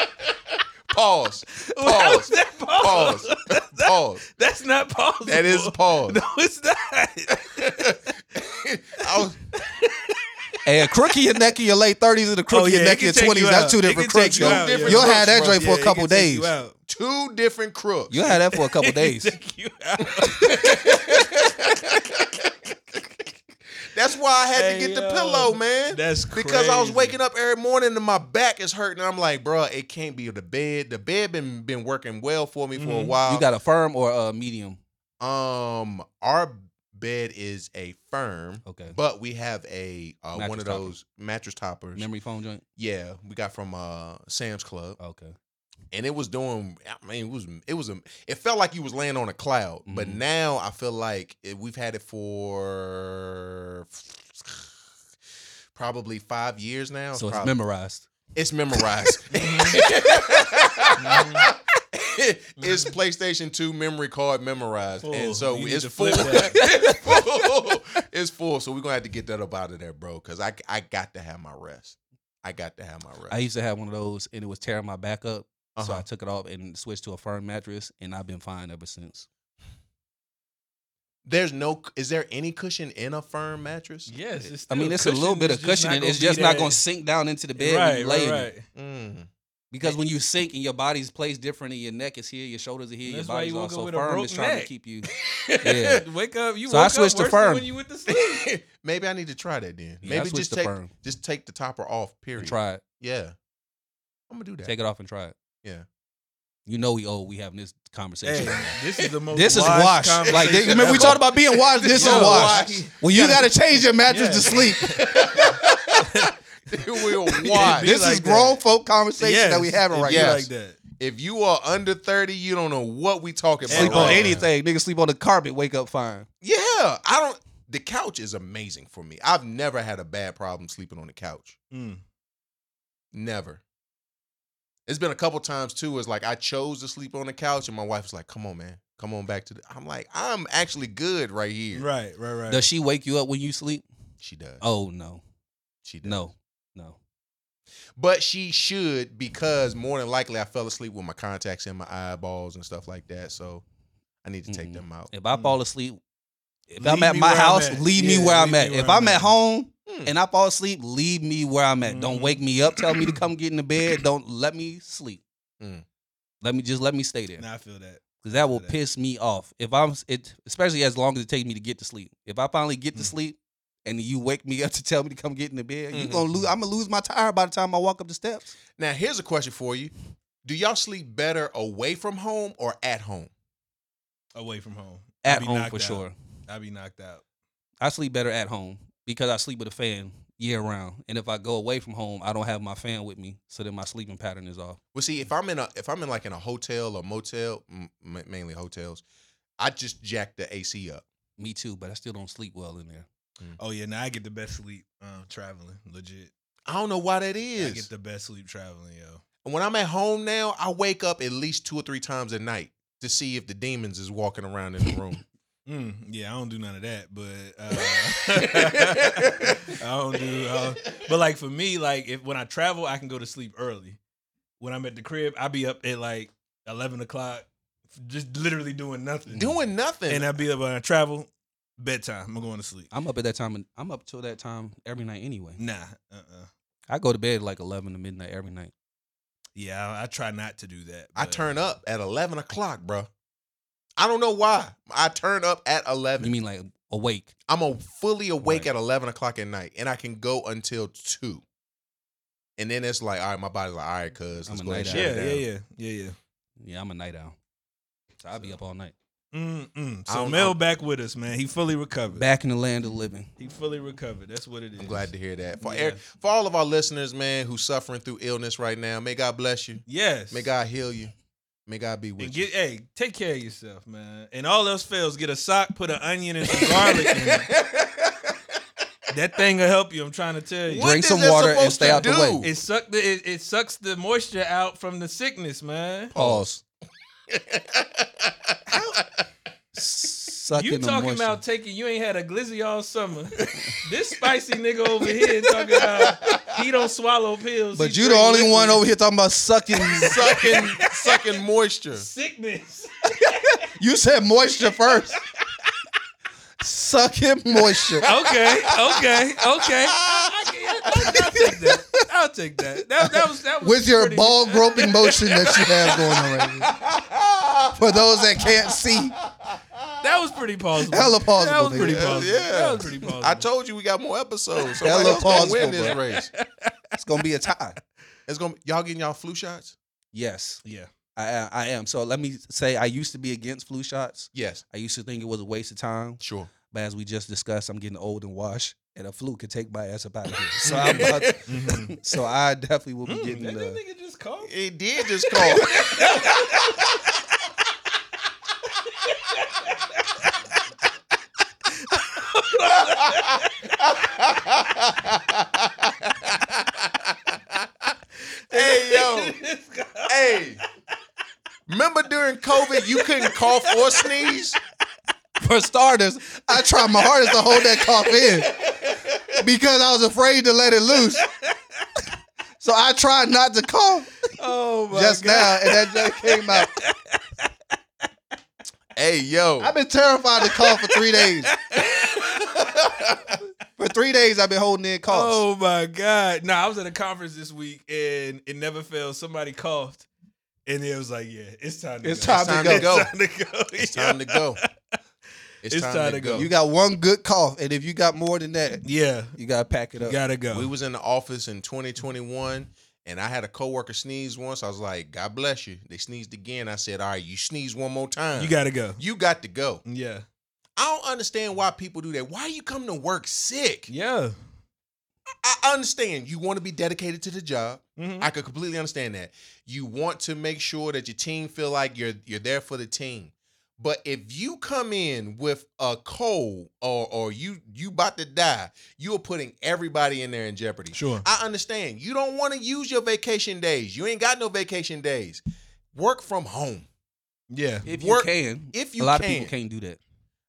Speaker 4: to pause.
Speaker 2: How is that
Speaker 4: Pause.
Speaker 2: possible?
Speaker 4: Pause.
Speaker 2: That's not possible.
Speaker 4: That is pause.
Speaker 2: No, it's not.
Speaker 4: I was
Speaker 5: Hey, a crook in your neck in your late 30s and a crook
Speaker 2: Oh,
Speaker 5: in
Speaker 2: yeah,
Speaker 5: your
Speaker 2: it
Speaker 5: neck in
Speaker 2: can
Speaker 5: your
Speaker 2: take you
Speaker 5: 20s. That's
Speaker 2: out.
Speaker 5: two
Speaker 2: It
Speaker 5: different
Speaker 2: can
Speaker 5: crooks,
Speaker 2: take you
Speaker 5: yo.
Speaker 2: out, yeah.
Speaker 5: You'll
Speaker 4: It
Speaker 5: have
Speaker 4: can
Speaker 5: that joint
Speaker 2: Yeah,
Speaker 5: for
Speaker 2: it
Speaker 5: a couple
Speaker 2: can take
Speaker 5: days.
Speaker 2: you out.
Speaker 4: two different crooks.
Speaker 5: You'll have that for a couple
Speaker 2: It can
Speaker 5: days.
Speaker 2: take you out.
Speaker 4: That's why I had
Speaker 2: Hey,
Speaker 4: to get the
Speaker 2: yo.
Speaker 4: pillow, man.
Speaker 2: That's
Speaker 4: because I was
Speaker 2: crazy.
Speaker 4: waking up every morning and my back is hurting. I'm like, bro, it can't be the bed. The bed been been working well for me for a
Speaker 2: Mhm.
Speaker 4: while.
Speaker 1: You got a firm or a medium?
Speaker 4: um, our bed is a firm,
Speaker 1: Okay.
Speaker 4: but we have a uh, one
Speaker 1: Mattress
Speaker 4: of
Speaker 1: topper.
Speaker 4: those mattress toppers.
Speaker 1: Memory foam joint.
Speaker 4: Yeah, we got from uh Sam's Club,
Speaker 1: Okay.
Speaker 4: and it was doing. I mean, it was it was a. It felt like you was laying on a cloud, but
Speaker 1: Mhm.
Speaker 2: Mm-hmm.
Speaker 4: now I feel like it, we've had it for probably five years now.
Speaker 1: So it's
Speaker 4: probably-
Speaker 1: memorized.
Speaker 4: it's memorized.
Speaker 2: Mm-hmm.
Speaker 4: it's PlayStation 2 memory card memorized.
Speaker 2: Full.
Speaker 4: and so
Speaker 2: Oh, You need
Speaker 4: it's
Speaker 2: to
Speaker 4: full.
Speaker 2: flip that.
Speaker 4: it's full. It's full. So we're gonna have to get that up out of there, bro. Cause I I got to have my rest. I got to have my rest.
Speaker 1: I used to have one of those, and it was tearing my back up. So
Speaker 4: Uh-huh.
Speaker 1: I took it off and switched to a firm mattress, and I've been fine ever since.
Speaker 4: There's no is there any cushion in a firm mattress?
Speaker 2: Yes, it's
Speaker 1: I mean,
Speaker 2: still
Speaker 1: it's a little
Speaker 2: cushioned,
Speaker 1: bit of
Speaker 2: it's just not
Speaker 1: cushioning.
Speaker 2: gonna
Speaker 1: It's
Speaker 2: be
Speaker 1: just not
Speaker 2: that-
Speaker 1: going to sink down into the bed when
Speaker 2: Right,
Speaker 1: you lay in
Speaker 2: right,
Speaker 1: it.
Speaker 2: right.
Speaker 4: Mm.
Speaker 1: Because when you sink and your body's placed different, and your neck is here, your shoulders are here,
Speaker 2: That's
Speaker 1: your
Speaker 2: why
Speaker 1: body's
Speaker 2: you woke up
Speaker 1: also
Speaker 2: with a
Speaker 1: firm.
Speaker 2: broke
Speaker 1: It's trying
Speaker 2: neck.
Speaker 1: to keep you. Yeah.
Speaker 2: Wake up. You
Speaker 1: So I
Speaker 2: woke
Speaker 1: switched
Speaker 2: up
Speaker 1: to
Speaker 2: worse than
Speaker 1: firm.
Speaker 2: when you went to sleep.
Speaker 4: Maybe I need to try that then.
Speaker 1: Yeah, I
Speaker 4: Maybe
Speaker 1: switched
Speaker 4: just
Speaker 1: to
Speaker 4: take
Speaker 1: firm.
Speaker 4: just take the topper off,
Speaker 1: and
Speaker 4: period.
Speaker 1: try it.
Speaker 4: Yeah. I'm gonna do that.
Speaker 1: Take it off and try it. You know we old. We having this conversation.
Speaker 2: Hey, this is the most.
Speaker 1: This is
Speaker 2: washed
Speaker 1: washed. Like they,
Speaker 2: conversation
Speaker 1: remember we
Speaker 2: ever.
Speaker 1: talked about being washed. This is
Speaker 2: Yeah,
Speaker 1: washed.
Speaker 4: washed.
Speaker 1: When you gotta change your mattress to sleep.
Speaker 4: We're washed.
Speaker 1: This
Speaker 2: like
Speaker 1: is
Speaker 2: that.
Speaker 1: grown folk conversation
Speaker 2: Yes,
Speaker 1: that we having
Speaker 2: it
Speaker 1: right
Speaker 2: be
Speaker 1: now.
Speaker 4: Yes.
Speaker 2: like that.
Speaker 4: If you are under 30, you don't know what we talking about.
Speaker 1: Sleep on
Speaker 4: right now.
Speaker 1: anything, nigga. Sleep on the carpet. Wake up fine.
Speaker 4: Yeah, I don't. The couch is amazing for me. I've never had a bad problem sleeping on the couch.
Speaker 2: Mm.
Speaker 4: Never. It's been a couple times too. It's like I chose to sleep on the couch, and my wife was like, "Come on, man, come on back to." The... I'm like, I'm actually good right here.
Speaker 2: Right, right, right.
Speaker 1: Does she wake you up when you sleep?
Speaker 4: She does.
Speaker 1: Oh no,
Speaker 4: she does.
Speaker 1: no, no.
Speaker 4: but she should because more than likely I fell asleep with my contacts in my eyeballs and stuff like that. So I need to take
Speaker 1: Mhm.
Speaker 4: them out.
Speaker 1: If I fall asleep, if
Speaker 2: Mm. Leave
Speaker 1: I'm at
Speaker 2: me
Speaker 1: my
Speaker 2: where I'm
Speaker 1: house,
Speaker 2: at.
Speaker 1: leave me
Speaker 2: Yeah,
Speaker 1: where
Speaker 2: leave
Speaker 1: I'm
Speaker 2: me
Speaker 1: at.
Speaker 2: where
Speaker 1: If
Speaker 2: I'm
Speaker 1: I'm
Speaker 2: at.
Speaker 1: at home
Speaker 4: Hmm.
Speaker 1: and I fall asleep, leave me where I'm at. Don't
Speaker 2: Mhm.
Speaker 1: wake me up. Tell me to come get in the bed. Don't let me sleep.
Speaker 4: Mm.
Speaker 1: Let me just let me stay there.
Speaker 2: Nah, I feel that.
Speaker 1: Cause that will
Speaker 2: Feel that.
Speaker 1: piss me off. If I'm it, especially as long as it takes me to get to sleep. If I finally get to
Speaker 2: Mm.
Speaker 1: sleep and you wake me up to tell me to come get in the bed, you
Speaker 4: Mhm.
Speaker 1: gonna
Speaker 2: Mm-hmm.
Speaker 1: lose. I'm gonna lose my tire by the time I walk up the steps.
Speaker 4: Now here's a question for you: Do y'all sleep better away from home or at home?
Speaker 2: Away from home. I
Speaker 1: At
Speaker 2: be
Speaker 1: home
Speaker 2: knocked
Speaker 1: for
Speaker 2: out.
Speaker 1: sure.
Speaker 2: I be knocked out.
Speaker 1: I sleep better at home because I sleep with a fan year round. And if I go away from home, I don't have my fan with me, so then my sleeping pattern is off.
Speaker 4: Well, see, if I'm in a if I'm in like in a hotel or motel, m- ma- mainly hotels, I just jack the AC up.
Speaker 1: Me too, but I still don't sleep well in there.
Speaker 2: Oh yeah, now I get the best sleep um, traveling. Legit,
Speaker 4: I don't know why that
Speaker 2: I get
Speaker 4: is.
Speaker 2: the best sleep traveling, yo.
Speaker 4: And when I'm at home now, I wake up at least two or three times a night to see if the demons is walking around in the room.
Speaker 2: Mm, yeah, I don't do none of that, but uh, I don't do. Uh, but like for me, like if when I travel, I can go to sleep early. When I'm at the crib, I be up at like eleven o'clock, just literally doing nothing.
Speaker 4: Doing nothing.
Speaker 2: Mm. and I be up when I travel, bedtime. I'm going to sleep.
Speaker 1: I'm up at that time. and- I'm up till that time every night anyway.
Speaker 2: Nah, uh-uh.
Speaker 1: I go to bed like eleven to midnight every night.
Speaker 2: yeah, I, I try not to do that.
Speaker 4: I
Speaker 2: but-
Speaker 4: turn up at eleven o'clock, bro. I don't know why. I turn up at eleven.
Speaker 1: You mean like awake?
Speaker 4: I'm a fully awake
Speaker 1: Right.
Speaker 4: at eleven o'clock at night, and I can go until two. And then it's like, all right, my body's like, all right, cuz
Speaker 1: I'm
Speaker 4: let's
Speaker 1: a
Speaker 4: go
Speaker 1: night
Speaker 4: ahead and shut
Speaker 2: Yeah,
Speaker 4: it down.
Speaker 2: yeah, yeah, yeah, yeah.
Speaker 1: Yeah, I'm a night owl. So I'll be up all night.
Speaker 2: Mm-mm.
Speaker 4: I
Speaker 2: So
Speaker 4: don't-
Speaker 2: Mel
Speaker 4: I'm-
Speaker 2: back with us, man. He fully recovered.
Speaker 1: Back in the land of living.
Speaker 2: He fully recovered. That's what it is.
Speaker 4: I'm glad to hear that. For
Speaker 2: Yeah.
Speaker 4: er- for all of our listeners, man, who's suffering through illness right now, may God bless you.
Speaker 2: Yes.
Speaker 4: May God heal you. May God be
Speaker 2: And
Speaker 4: with you.
Speaker 2: get hey, take care of yourself, man. And all else fails, get a sock, put an onion and some garlic in it. That thing will help you. I'm trying to tell you.
Speaker 4: What
Speaker 1: Drink
Speaker 4: is
Speaker 1: some
Speaker 4: that
Speaker 1: water and
Speaker 4: supposed
Speaker 1: stay
Speaker 4: to
Speaker 1: out the way.
Speaker 4: do?
Speaker 2: It suck the it, it sucks the moisture out from the sickness, man.
Speaker 1: Pause. Sucking
Speaker 2: you
Speaker 1: the
Speaker 2: talking
Speaker 1: moisture.
Speaker 2: about taking you ain't had a glizzy all summer. this spicy nigga over here talking about he don't swallow pills.
Speaker 1: but
Speaker 2: he
Speaker 1: you the
Speaker 2: drink
Speaker 1: only
Speaker 2: liquid.
Speaker 1: one over here talking about sucking.
Speaker 4: sucking sucking moisture.
Speaker 2: sickness.
Speaker 1: you said moisture first. Sucking moisture.
Speaker 2: okay, okay, okay. I, I, can- I, I'll take that. I'll take that. That, that was that was
Speaker 5: With your
Speaker 2: pretty-
Speaker 5: ball groping motion that you have going on right now. For those that can't see,
Speaker 2: That was pretty plausible.
Speaker 5: hella plausible.
Speaker 2: That was
Speaker 5: nigga.
Speaker 2: pretty plausible.
Speaker 4: Yeah.
Speaker 2: That was pretty plausible.
Speaker 4: I told you we got more episodes.
Speaker 5: Hella
Speaker 4: Somebody else gonna
Speaker 5: plausible,
Speaker 4: win this
Speaker 5: bro.
Speaker 4: race.
Speaker 5: It's gonna be a tie.
Speaker 4: It's gonna y'all getting y'all flu shots?
Speaker 1: Yes,
Speaker 2: yeah.
Speaker 1: I am- I am. So let me say, I used to be against flu shots.
Speaker 4: Yes,
Speaker 1: I used to think it was a waste of time.
Speaker 4: sure.
Speaker 1: But as we just discussed, I'm getting old and washed, and a flu could take my ass up out of here. So I'm about, so I definitely will be
Speaker 2: Mm-hmm. Mm,
Speaker 1: getting.
Speaker 2: that
Speaker 1: Uh,
Speaker 2: nigga just called.
Speaker 4: It did just call. hey yo, hey. Remember during COVID, you couldn't cough or sneeze.
Speaker 5: For starters, I tried my hardest to hold that cough in because I was afraid to let it loose. So I tried not to cough
Speaker 2: Oh my
Speaker 5: just now,
Speaker 2: god.
Speaker 5: and that just came out.
Speaker 4: Hey yo,
Speaker 5: I've been terrified to cough for three days. for three days, I've been holding in coughs.
Speaker 2: Oh my god. Nah, I was at a conference this week and it never failed. Somebody coughed. And it was like, yeah, it's time to
Speaker 5: It's
Speaker 2: go.
Speaker 5: time to
Speaker 4: go.
Speaker 2: It's time to go.
Speaker 4: it's time to go.
Speaker 2: It's time to go.
Speaker 5: You got one good cough, and if you got more than that,
Speaker 2: Yeah.
Speaker 5: you gotta pack it
Speaker 2: You
Speaker 5: up.
Speaker 2: gotta go.
Speaker 4: We was in the office in 2021, And I had a coworker sneeze once. I was like, God bless you. They sneezed again. I said, All right, you sneeze one more time.
Speaker 2: You gotta go.
Speaker 4: you got to go.
Speaker 2: Yeah.
Speaker 4: I don't understand why people do that. Why you come to work sick?
Speaker 2: Yeah.
Speaker 4: I I understand you want to be dedicated to the job.
Speaker 2: Mhm.
Speaker 4: I could completely understand that. You want to make sure that your team feel like you're you're there for the team. But if you come in with a cold or or you you about to die, you are putting everybody in there in jeopardy.
Speaker 2: Sure.
Speaker 4: I understand. You don't want to use your vacation days. You ain't got no vacation days. Work from home.
Speaker 2: Yeah.
Speaker 1: If
Speaker 4: Work-
Speaker 1: you can,
Speaker 4: if you
Speaker 1: a lot
Speaker 4: can.
Speaker 1: of people can't do that.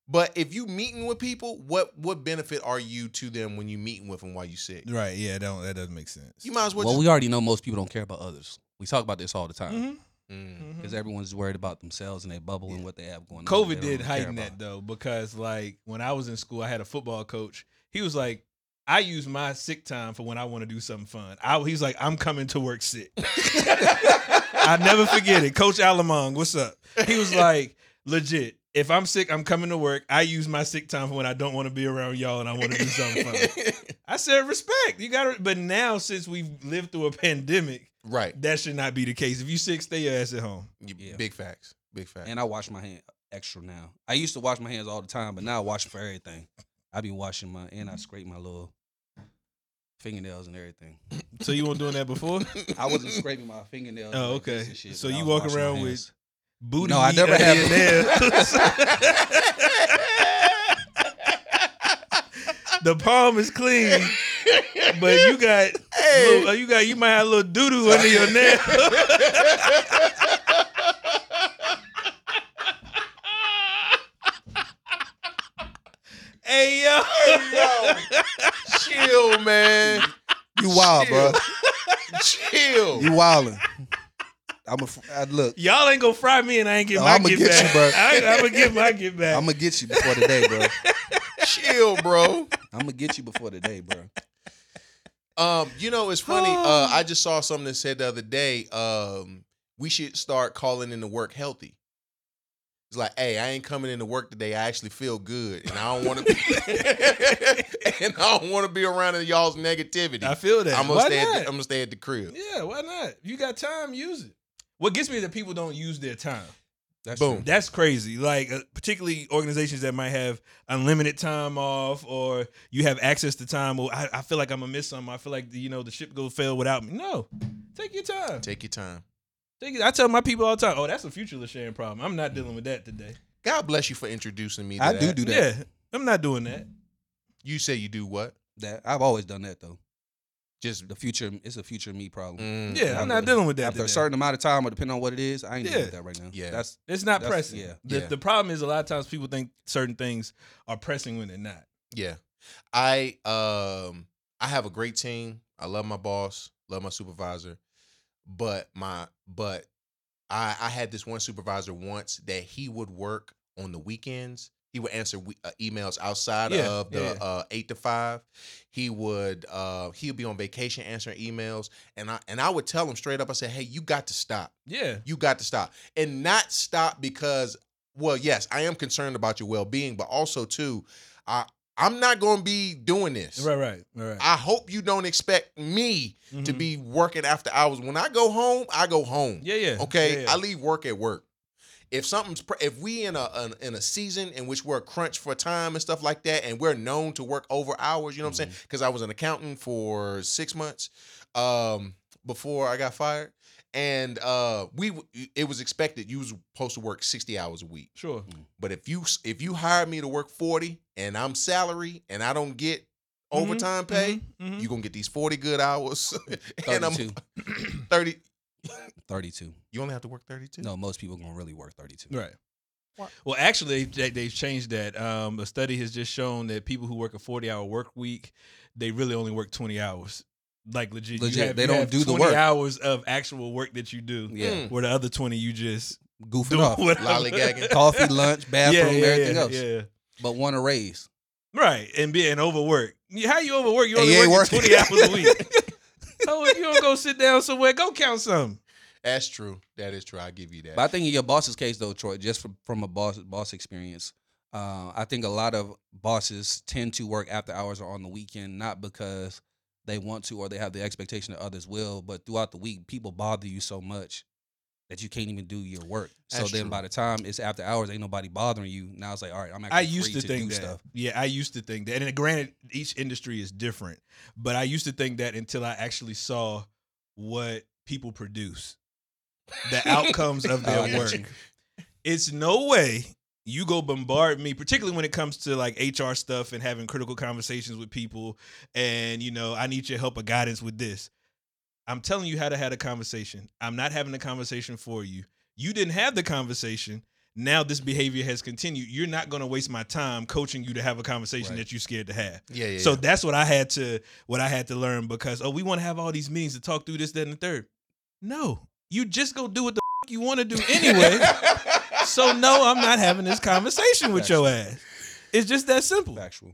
Speaker 4: But if you meeting with people, what what benefit are you to them when you meeting with them while you sick?
Speaker 2: Right. Yeah. Don't. That doesn't make sense.
Speaker 4: You might as well.
Speaker 1: Well,
Speaker 4: just,
Speaker 1: we already know most people don't care about others. We talk about this all the time.
Speaker 2: Mhm.
Speaker 4: Mm.
Speaker 2: Mhm.
Speaker 1: because everyone's worried about themselves and their bubble and what they have going on. They
Speaker 2: COVID
Speaker 1: don't
Speaker 2: did
Speaker 1: really care
Speaker 2: heighten that
Speaker 1: about-
Speaker 2: though, because like when I was in school, I had a football coach. He was like, I use my sick time for when I want to do something fun. I, he's like, I'm coming to work sick. I never forget it. Coach Alamong, what's up? He was like, legit. If I'm sick, I'm coming to work. I use my sick time for when I don't want to be around y'all and I want to do something fun. I said, respect. You got to. But now, since we've lived through a pandemic,
Speaker 4: right.
Speaker 2: that should not be the case. If you sick, stay your ass at home.
Speaker 4: You-
Speaker 1: Yeah.
Speaker 4: Big facts. Big facts.
Speaker 1: And I wash my hand extra now. I used to wash my hands all the time, but now I wash 'em for everything. I be washing my and I scrape my little fingernails and everything.
Speaker 2: So you weren't doing that before?
Speaker 1: I wasn't scraping my fingernails.
Speaker 2: Oh,
Speaker 1: like this
Speaker 2: okay.
Speaker 1: and shit,
Speaker 2: So
Speaker 1: but I
Speaker 2: you
Speaker 1: was
Speaker 2: walk
Speaker 1: washing my
Speaker 2: around with
Speaker 1: hands.
Speaker 2: Booty.
Speaker 1: No, I
Speaker 2: meat
Speaker 1: never
Speaker 2: under
Speaker 1: had-
Speaker 2: your nails. the palm is clean, but you got little- uh, you got you might have a little doo doo under your nail. hey yo,
Speaker 4: Yo, chill, man.
Speaker 5: You wild, bro.
Speaker 4: Chill.
Speaker 5: You wildin'. I'm a I, look.
Speaker 2: y'all ain't gonna fry me, and I ain't get
Speaker 5: No,
Speaker 2: my
Speaker 5: I'ma
Speaker 2: get,
Speaker 5: get you,
Speaker 2: back.
Speaker 5: bro.
Speaker 2: I, I'm gonna get my get back.
Speaker 5: I'm gonna get you before the day, bro.
Speaker 4: chill, bro.
Speaker 5: I'm gonna get you before the day, bro.
Speaker 4: Um, you know, it's funny. Uh, I just saw something that said the other day. Um, we should start calling into work healthy. It's like, hey, I ain't coming into work today. I actually feel good, and I don't want to be, and I don't want to be around y'all's negativity.
Speaker 2: I feel that.
Speaker 4: I'm gonna
Speaker 2: Why
Speaker 4: stay. At
Speaker 2: not?
Speaker 4: the, I'm gonna stay at the crib.
Speaker 2: Yeah, why not? You got time, use it. What gets me is that people don't use their time.
Speaker 1: That's
Speaker 4: Boom.
Speaker 1: true.
Speaker 2: That's crazy. Like uh, particularly organizations that might have unlimited time off, or you have access to time. Well, I, I feel like I'm gonna miss something. I feel like you know the ship go fail without me. No, take your time.
Speaker 4: Take your time.
Speaker 2: Take it. I tell my people all the time. Oh, that's a future Lashane problem. I'm not dealing with that today.
Speaker 4: God bless you for introducing me. To
Speaker 5: I
Speaker 4: that.
Speaker 5: do do that.
Speaker 2: Yeah, I'm not doing that.
Speaker 4: You say you do what?
Speaker 1: That I've always done that though.
Speaker 4: Just
Speaker 1: The future, it's a future me problem.
Speaker 4: mm,
Speaker 2: Yeah, I'm
Speaker 1: I'm
Speaker 2: not
Speaker 1: good.
Speaker 2: dealing with that.
Speaker 1: After a
Speaker 2: today.
Speaker 1: certain amount of time, or depending on what it is, I ain't
Speaker 2: Yeah.
Speaker 1: dealing with that right now.
Speaker 4: Yeah.
Speaker 1: that's
Speaker 2: it's not
Speaker 1: That's-
Speaker 2: pressing.
Speaker 1: yeah.
Speaker 2: The,
Speaker 4: Yeah.
Speaker 2: the problem is a lot of times people think certain things are pressing when they're not.
Speaker 4: Yeah. I um I have a great team. I love my boss, love my supervisor. But my but I I had this one supervisor once that he would work on the weekends. He would answer we, uh, emails outside
Speaker 2: Yeah,
Speaker 4: of the
Speaker 2: yeah.
Speaker 4: uh, eight to five. He would uh, he'd be on vacation answering emails, and I and I would tell him straight up. I said, "Hey, you got to stop.
Speaker 2: Yeah.
Speaker 4: You got to stop. And not stop because, well, yes, I am concerned about your well being, but also too, I I'm not gonna be doing this.
Speaker 2: Right. Right. Right.
Speaker 4: I hope you don't expect me to
Speaker 2: Mhm.
Speaker 4: be working after hours. When I go home, I go home.
Speaker 2: Yeah, yeah.
Speaker 4: Okay,
Speaker 2: Yeah, yeah.
Speaker 4: I leave work at work. If something's pr- if we in a an, in a season in which we're crunched for time and stuff like that, and we're known to work over hours, you know what I'm
Speaker 1: Mm-hmm.
Speaker 4: saying? Because I was an accountant for six months um, before I got fired, and uh, we w- it was expected you was supposed to work sixty hours a week.
Speaker 2: sure.
Speaker 4: But if you s- if you hire me to work forty and I'm salary and I don't get
Speaker 1: Mm-hmm.
Speaker 2: Mhm,
Speaker 4: overtime pay,
Speaker 2: mhm, mhm.
Speaker 4: you gonna get these forty good hours, and I'm
Speaker 1: 32.
Speaker 4: thirty.
Speaker 1: 32.
Speaker 4: You only have to work thirty-two.
Speaker 1: No, most people gonna really work 32.
Speaker 2: Right. Well, actually, they, they've changed that. Um, a study has just shown that people who work a forty-hour work week, they really only work twenty hours. Like legit, you
Speaker 1: Legit, they
Speaker 2: you
Speaker 1: don't do the
Speaker 2: 20
Speaker 1: work.
Speaker 2: Hours of actual work that you do,
Speaker 1: Yeah,
Speaker 4: Mm.
Speaker 2: where the other twenty you just
Speaker 1: goofing
Speaker 2: do
Speaker 1: off.
Speaker 2: whatever.
Speaker 4: Lollygagging.
Speaker 1: Coffee, lunch, bathroom,
Speaker 2: yeah, yeah,
Speaker 1: everything
Speaker 2: yeah,
Speaker 1: else.
Speaker 2: yeah.
Speaker 1: But want a raise.
Speaker 2: Right, and being overworked. You- How you overwork? You
Speaker 5: And
Speaker 2: only
Speaker 5: you ain't
Speaker 2: work
Speaker 5: working.
Speaker 2: twenty hours a week. oh, if you don't go sit down somewhere, go count some.
Speaker 4: That's true. That is true. I give you that.
Speaker 1: But I think in your boss's case, though, Troy, just from, from a boss boss experience, uh, I think a lot of bosses tend to work after hours or on the weekend, not because they want to or they have the expectation that others will. But throughout the week, people bother you so much that you can't even do your work.
Speaker 4: That's
Speaker 1: so then
Speaker 4: true.
Speaker 1: by the time it's after hours, ain't nobody bothering you. Now it's like, all right, I'm actually
Speaker 2: I used
Speaker 1: free
Speaker 2: to think
Speaker 1: do
Speaker 2: that.
Speaker 1: stuff.
Speaker 2: Yeah, I used to think that. And granted, each industry is different, but I used to think that until I actually saw what people produce, the outcomes of
Speaker 1: Oh, I
Speaker 2: their
Speaker 1: get
Speaker 2: work.
Speaker 1: you.
Speaker 2: It's no way you go bombard me, particularly when it comes to like HR stuff and having critical conversations with people. And you know, I need your help or guidance with this. I'm telling you how to have a conversation. I'm not having a conversation for you. You didn't have the conversation. Now this behavior has continued. You're not going to waste my time coaching you to have a conversation
Speaker 1: Right.
Speaker 2: that you're scared to have.
Speaker 4: Yeah, yeah.
Speaker 2: So that's what I had to what I had to learn because oh, we want to have all these meetings to talk through this, that, and the third. No, you just go do what the f- you want to do anyway. so no, I'm not having this conversation with your ass. It's just that simple.
Speaker 1: Factual.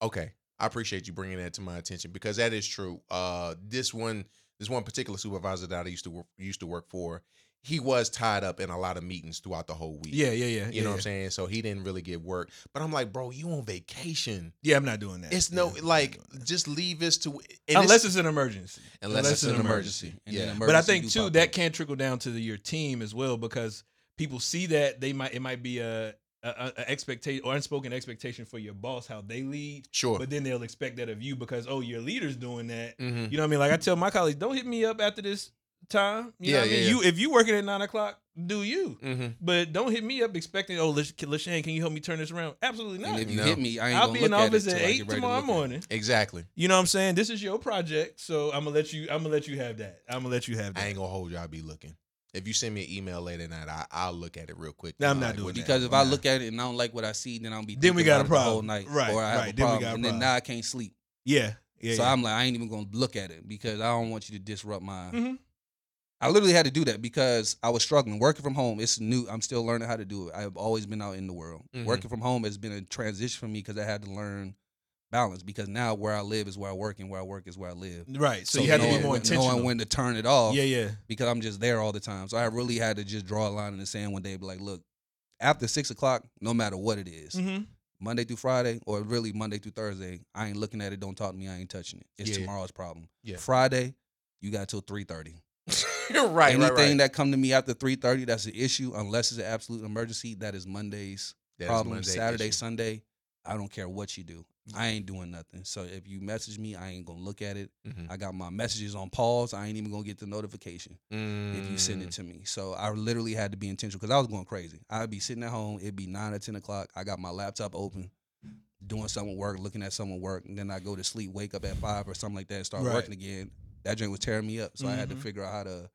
Speaker 4: okay i appreciate you bringing that to my attention because that is true uh this one this one particular supervisor that i used to work used to work for he was tied up in a lot of meetings throughout the whole week
Speaker 2: Yeah, yeah, yeah.
Speaker 4: you know what i'm saying so he didn't really get work but i'm like bro you on vacation
Speaker 2: Yeah, I'm not doing that.
Speaker 4: it's no
Speaker 2: Yeah, I'm not
Speaker 4: like
Speaker 2: doing that.
Speaker 4: just leave us to and
Speaker 2: unless it's an emergency.
Speaker 4: unless, it's an emergency,
Speaker 1: And
Speaker 4: yeah
Speaker 1: then
Speaker 2: but I
Speaker 1: emergency
Speaker 2: think
Speaker 1: do
Speaker 2: too
Speaker 1: pop
Speaker 2: that
Speaker 1: up.
Speaker 2: can trickle down to the, your team as well because people see that they might it might be a a, a, a expectation or unspoken expectation for your boss how they lead,
Speaker 4: sure
Speaker 2: but then they'll expect that of you because oh your leader's doing that.
Speaker 4: Mhm.
Speaker 1: Mm-hmm.
Speaker 2: You know what I mean? Like I tell my colleagues, don't hit me up after this time. You know what
Speaker 4: Yeah,
Speaker 2: I
Speaker 4: yeah,
Speaker 2: mean?
Speaker 4: yeah.
Speaker 2: You if you working at nine o'clock, do you?
Speaker 4: Mhm.
Speaker 2: But don't hit me up expecting oh Lash- Lashane, can you help me turn this around? Absolutely
Speaker 1: And
Speaker 2: not.
Speaker 1: if you
Speaker 4: No.
Speaker 1: hit me, I ain't
Speaker 2: I'll
Speaker 1: gonna
Speaker 2: be
Speaker 1: look
Speaker 2: in office
Speaker 1: at, it
Speaker 2: at
Speaker 1: till I get
Speaker 2: eight
Speaker 1: ready to
Speaker 2: tomorrow
Speaker 1: look at it.
Speaker 2: morning.
Speaker 4: exactly
Speaker 2: You know what I'm saying? This is your project, so I'm gonna let you. I'm gonna let you have that. I'm gonna let you have that.
Speaker 4: i ain't gonna hold you i'll be looking if you send me an email late at night I, i'll look at it real quick
Speaker 2: No, I'm
Speaker 4: I'm
Speaker 2: not
Speaker 4: like,
Speaker 2: doing
Speaker 4: what
Speaker 2: that.
Speaker 4: the-
Speaker 1: Because if I
Speaker 2: Yeah.
Speaker 1: look at it and I don't like what I see, then I'll be
Speaker 2: Then we
Speaker 1: thinking about
Speaker 2: got a
Speaker 1: it the
Speaker 2: problem.
Speaker 1: whole night,
Speaker 2: Right,
Speaker 1: Or I have
Speaker 2: right.
Speaker 1: a
Speaker 2: Then we
Speaker 1: problem,
Speaker 2: got a
Speaker 1: and then
Speaker 2: problem.
Speaker 1: now I can't sleep.
Speaker 2: Yeah, yeah.
Speaker 1: so
Speaker 2: yeah.
Speaker 1: I'm like, I ain't even gonna look at it because I don't want you to disrupt my.
Speaker 2: Mhm.
Speaker 1: I literally had to do that because I was struggling working from home. It's new. I'm still learning how to do it. I've always been out in the world.
Speaker 2: Mm-hmm.
Speaker 4: Mhm.
Speaker 1: Working from home has been a transition for me because I had to learn balance because now where I live is where I work and where I work is where I live.
Speaker 2: right. So, you have to be
Speaker 1: knowing
Speaker 2: more
Speaker 1: when-
Speaker 2: intentional.
Speaker 1: Knowing when to turn it off
Speaker 2: yeah, yeah.
Speaker 1: because I'm just there all the time. So I really had to just draw a line in the sand one day and be like, look, after six o'clock, no matter what it is,
Speaker 2: Mm-hmm.
Speaker 1: Monday through Friday, or really Monday through Thursday, I ain't looking at it. Don't talk to me. I ain't touching it. It's
Speaker 4: Yeah.
Speaker 1: tomorrow's problem.
Speaker 4: Yeah.
Speaker 1: Friday, you got till three thirty. Anything
Speaker 4: right, right, right.
Speaker 1: that come to me after three thirty, that's an issue. Unless it's an absolute emergency, that is Monday's
Speaker 4: That is
Speaker 1: problem.
Speaker 4: Monday
Speaker 1: Saturday,
Speaker 4: issue. Mm-hmm.
Speaker 1: Sunday, I don't care what you do. I ain't doing nothing. So if you message me, I ain't gonna look at it.
Speaker 4: Mhm.
Speaker 1: I got my messages on pause. I ain't even gonna get the notification if you send
Speaker 4: Mm.
Speaker 1: it to me. So I literally had to be intentional because I was going crazy. I'd be sitting at home, it'd be nine or ten o'clock. I got my laptop open, doing some work, looking at some work, and then I go to sleep, wake up at five or something like that, and start
Speaker 2: Right.
Speaker 1: working again. That drink was tearing me up. So I had to
Speaker 2: Mhm.
Speaker 1: figure out how to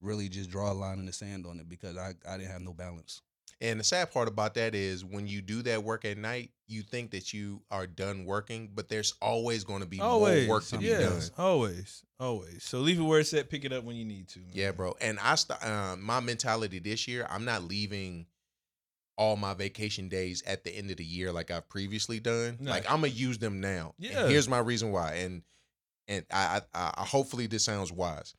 Speaker 1: really just draw a line in the sand on it because I, I didn't have no balance.
Speaker 4: And the sad part about that is when you do that work at night, you think that you are done working, but there's always going to be
Speaker 2: Always.
Speaker 4: more work to be
Speaker 2: yeah.
Speaker 4: done.
Speaker 2: Always. Always. So leave it where it's at. Pick it up when you need to. man.
Speaker 4: Yeah, bro. And I st- um, my mentality this year, I'm not leaving all my vacation days at the end of the year like I've previously done.
Speaker 2: No.
Speaker 4: Like I'm gonna use them now. And
Speaker 2: Yeah.
Speaker 4: here's my reason why, and and I, I, I hopefully this sounds wise.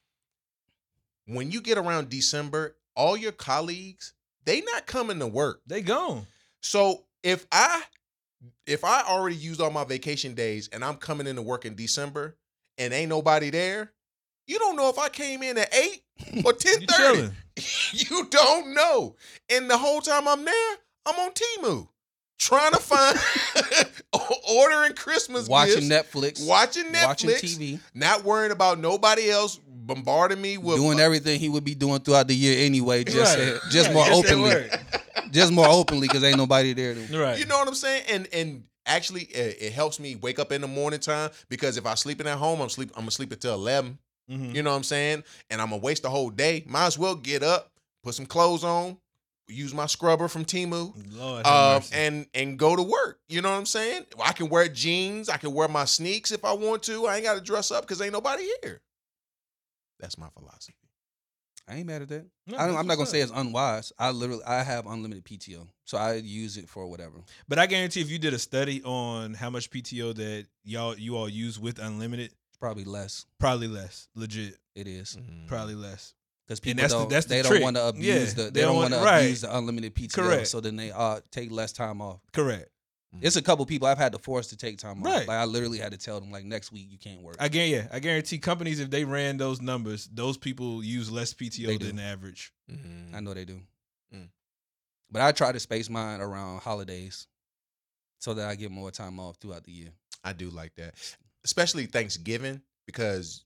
Speaker 4: When you get around December, all your colleagues they not coming to work.
Speaker 2: They gone.
Speaker 4: So if I if I already used all my vacation days and I'm coming into work in December and ain't nobody there, you don't know if I came in at eight or ten
Speaker 2: You
Speaker 4: thirty.
Speaker 2: chilling.
Speaker 4: You don't know. And the whole time I'm there, I'm on Timu trying to find ordering Christmas
Speaker 1: Watching
Speaker 4: gifts,
Speaker 1: Netflix,
Speaker 4: watching Netflix,
Speaker 1: watching TV,
Speaker 4: not worrying about nobody else bombarding me with
Speaker 1: doing everything he would be doing throughout the year anyway, just uh,
Speaker 2: Right.
Speaker 1: just
Speaker 2: Yeah,
Speaker 1: more
Speaker 2: just that
Speaker 1: openly.
Speaker 2: word.
Speaker 1: Just more openly because ain't nobody there to
Speaker 2: Right.
Speaker 4: You know what I'm saying? And and actually, it, it helps me wake up in the morning time because if I sleeping at home, I'm sleep. I'm gonna sleep until eleven.
Speaker 2: Mhm.
Speaker 4: You know what I'm saying? And I'm gonna waste the whole day. Might as well get up, put some clothes on, use my scrubber from Timu.
Speaker 2: Lord. have
Speaker 4: Um,
Speaker 2: mercy.
Speaker 4: and and go to work. You know what I'm saying? I can wear jeans. I can wear my sneaks if I want to. I ain't got to dress up because ain't nobody here. That's my philosophy.
Speaker 1: I ain't mad at that.
Speaker 2: No,
Speaker 1: I don't,
Speaker 2: that's
Speaker 1: I'm not gonna
Speaker 2: what's
Speaker 1: say
Speaker 2: up.
Speaker 1: it's unwise. I literally I have unlimited PTO, so I use it for whatever.
Speaker 2: But I guarantee if you did a study on how much PTO that y'all you all use with unlimited,
Speaker 1: It's probably less.
Speaker 2: probably less. Legit.
Speaker 1: It is
Speaker 2: Probably less.
Speaker 1: because
Speaker 2: Mm. And
Speaker 1: people
Speaker 2: that's the-
Speaker 1: don't
Speaker 2: that's the
Speaker 1: they
Speaker 2: trick.
Speaker 1: don't want to abuse
Speaker 2: Yeah,
Speaker 1: the they,
Speaker 2: they
Speaker 1: don't
Speaker 2: don't
Speaker 1: want to
Speaker 2: wanna- right.
Speaker 1: abuse the unlimited PTO.
Speaker 2: Correct.
Speaker 1: So then they uh take less time off.
Speaker 2: Correct.
Speaker 1: It's a couple people I've had to force to take time off.
Speaker 2: Right.
Speaker 1: Like I literally had to tell them like next week you can't work.
Speaker 2: I guarantee, yeah, I guarantee companies if they ran those numbers, those people use less PTO
Speaker 1: They do.
Speaker 2: than average.
Speaker 4: Mm-hmm.
Speaker 1: I know they do.
Speaker 4: Mm.
Speaker 1: But I try to space mine around holidays so that I get more time off throughout the year.
Speaker 4: I do like that, especially Thanksgiving because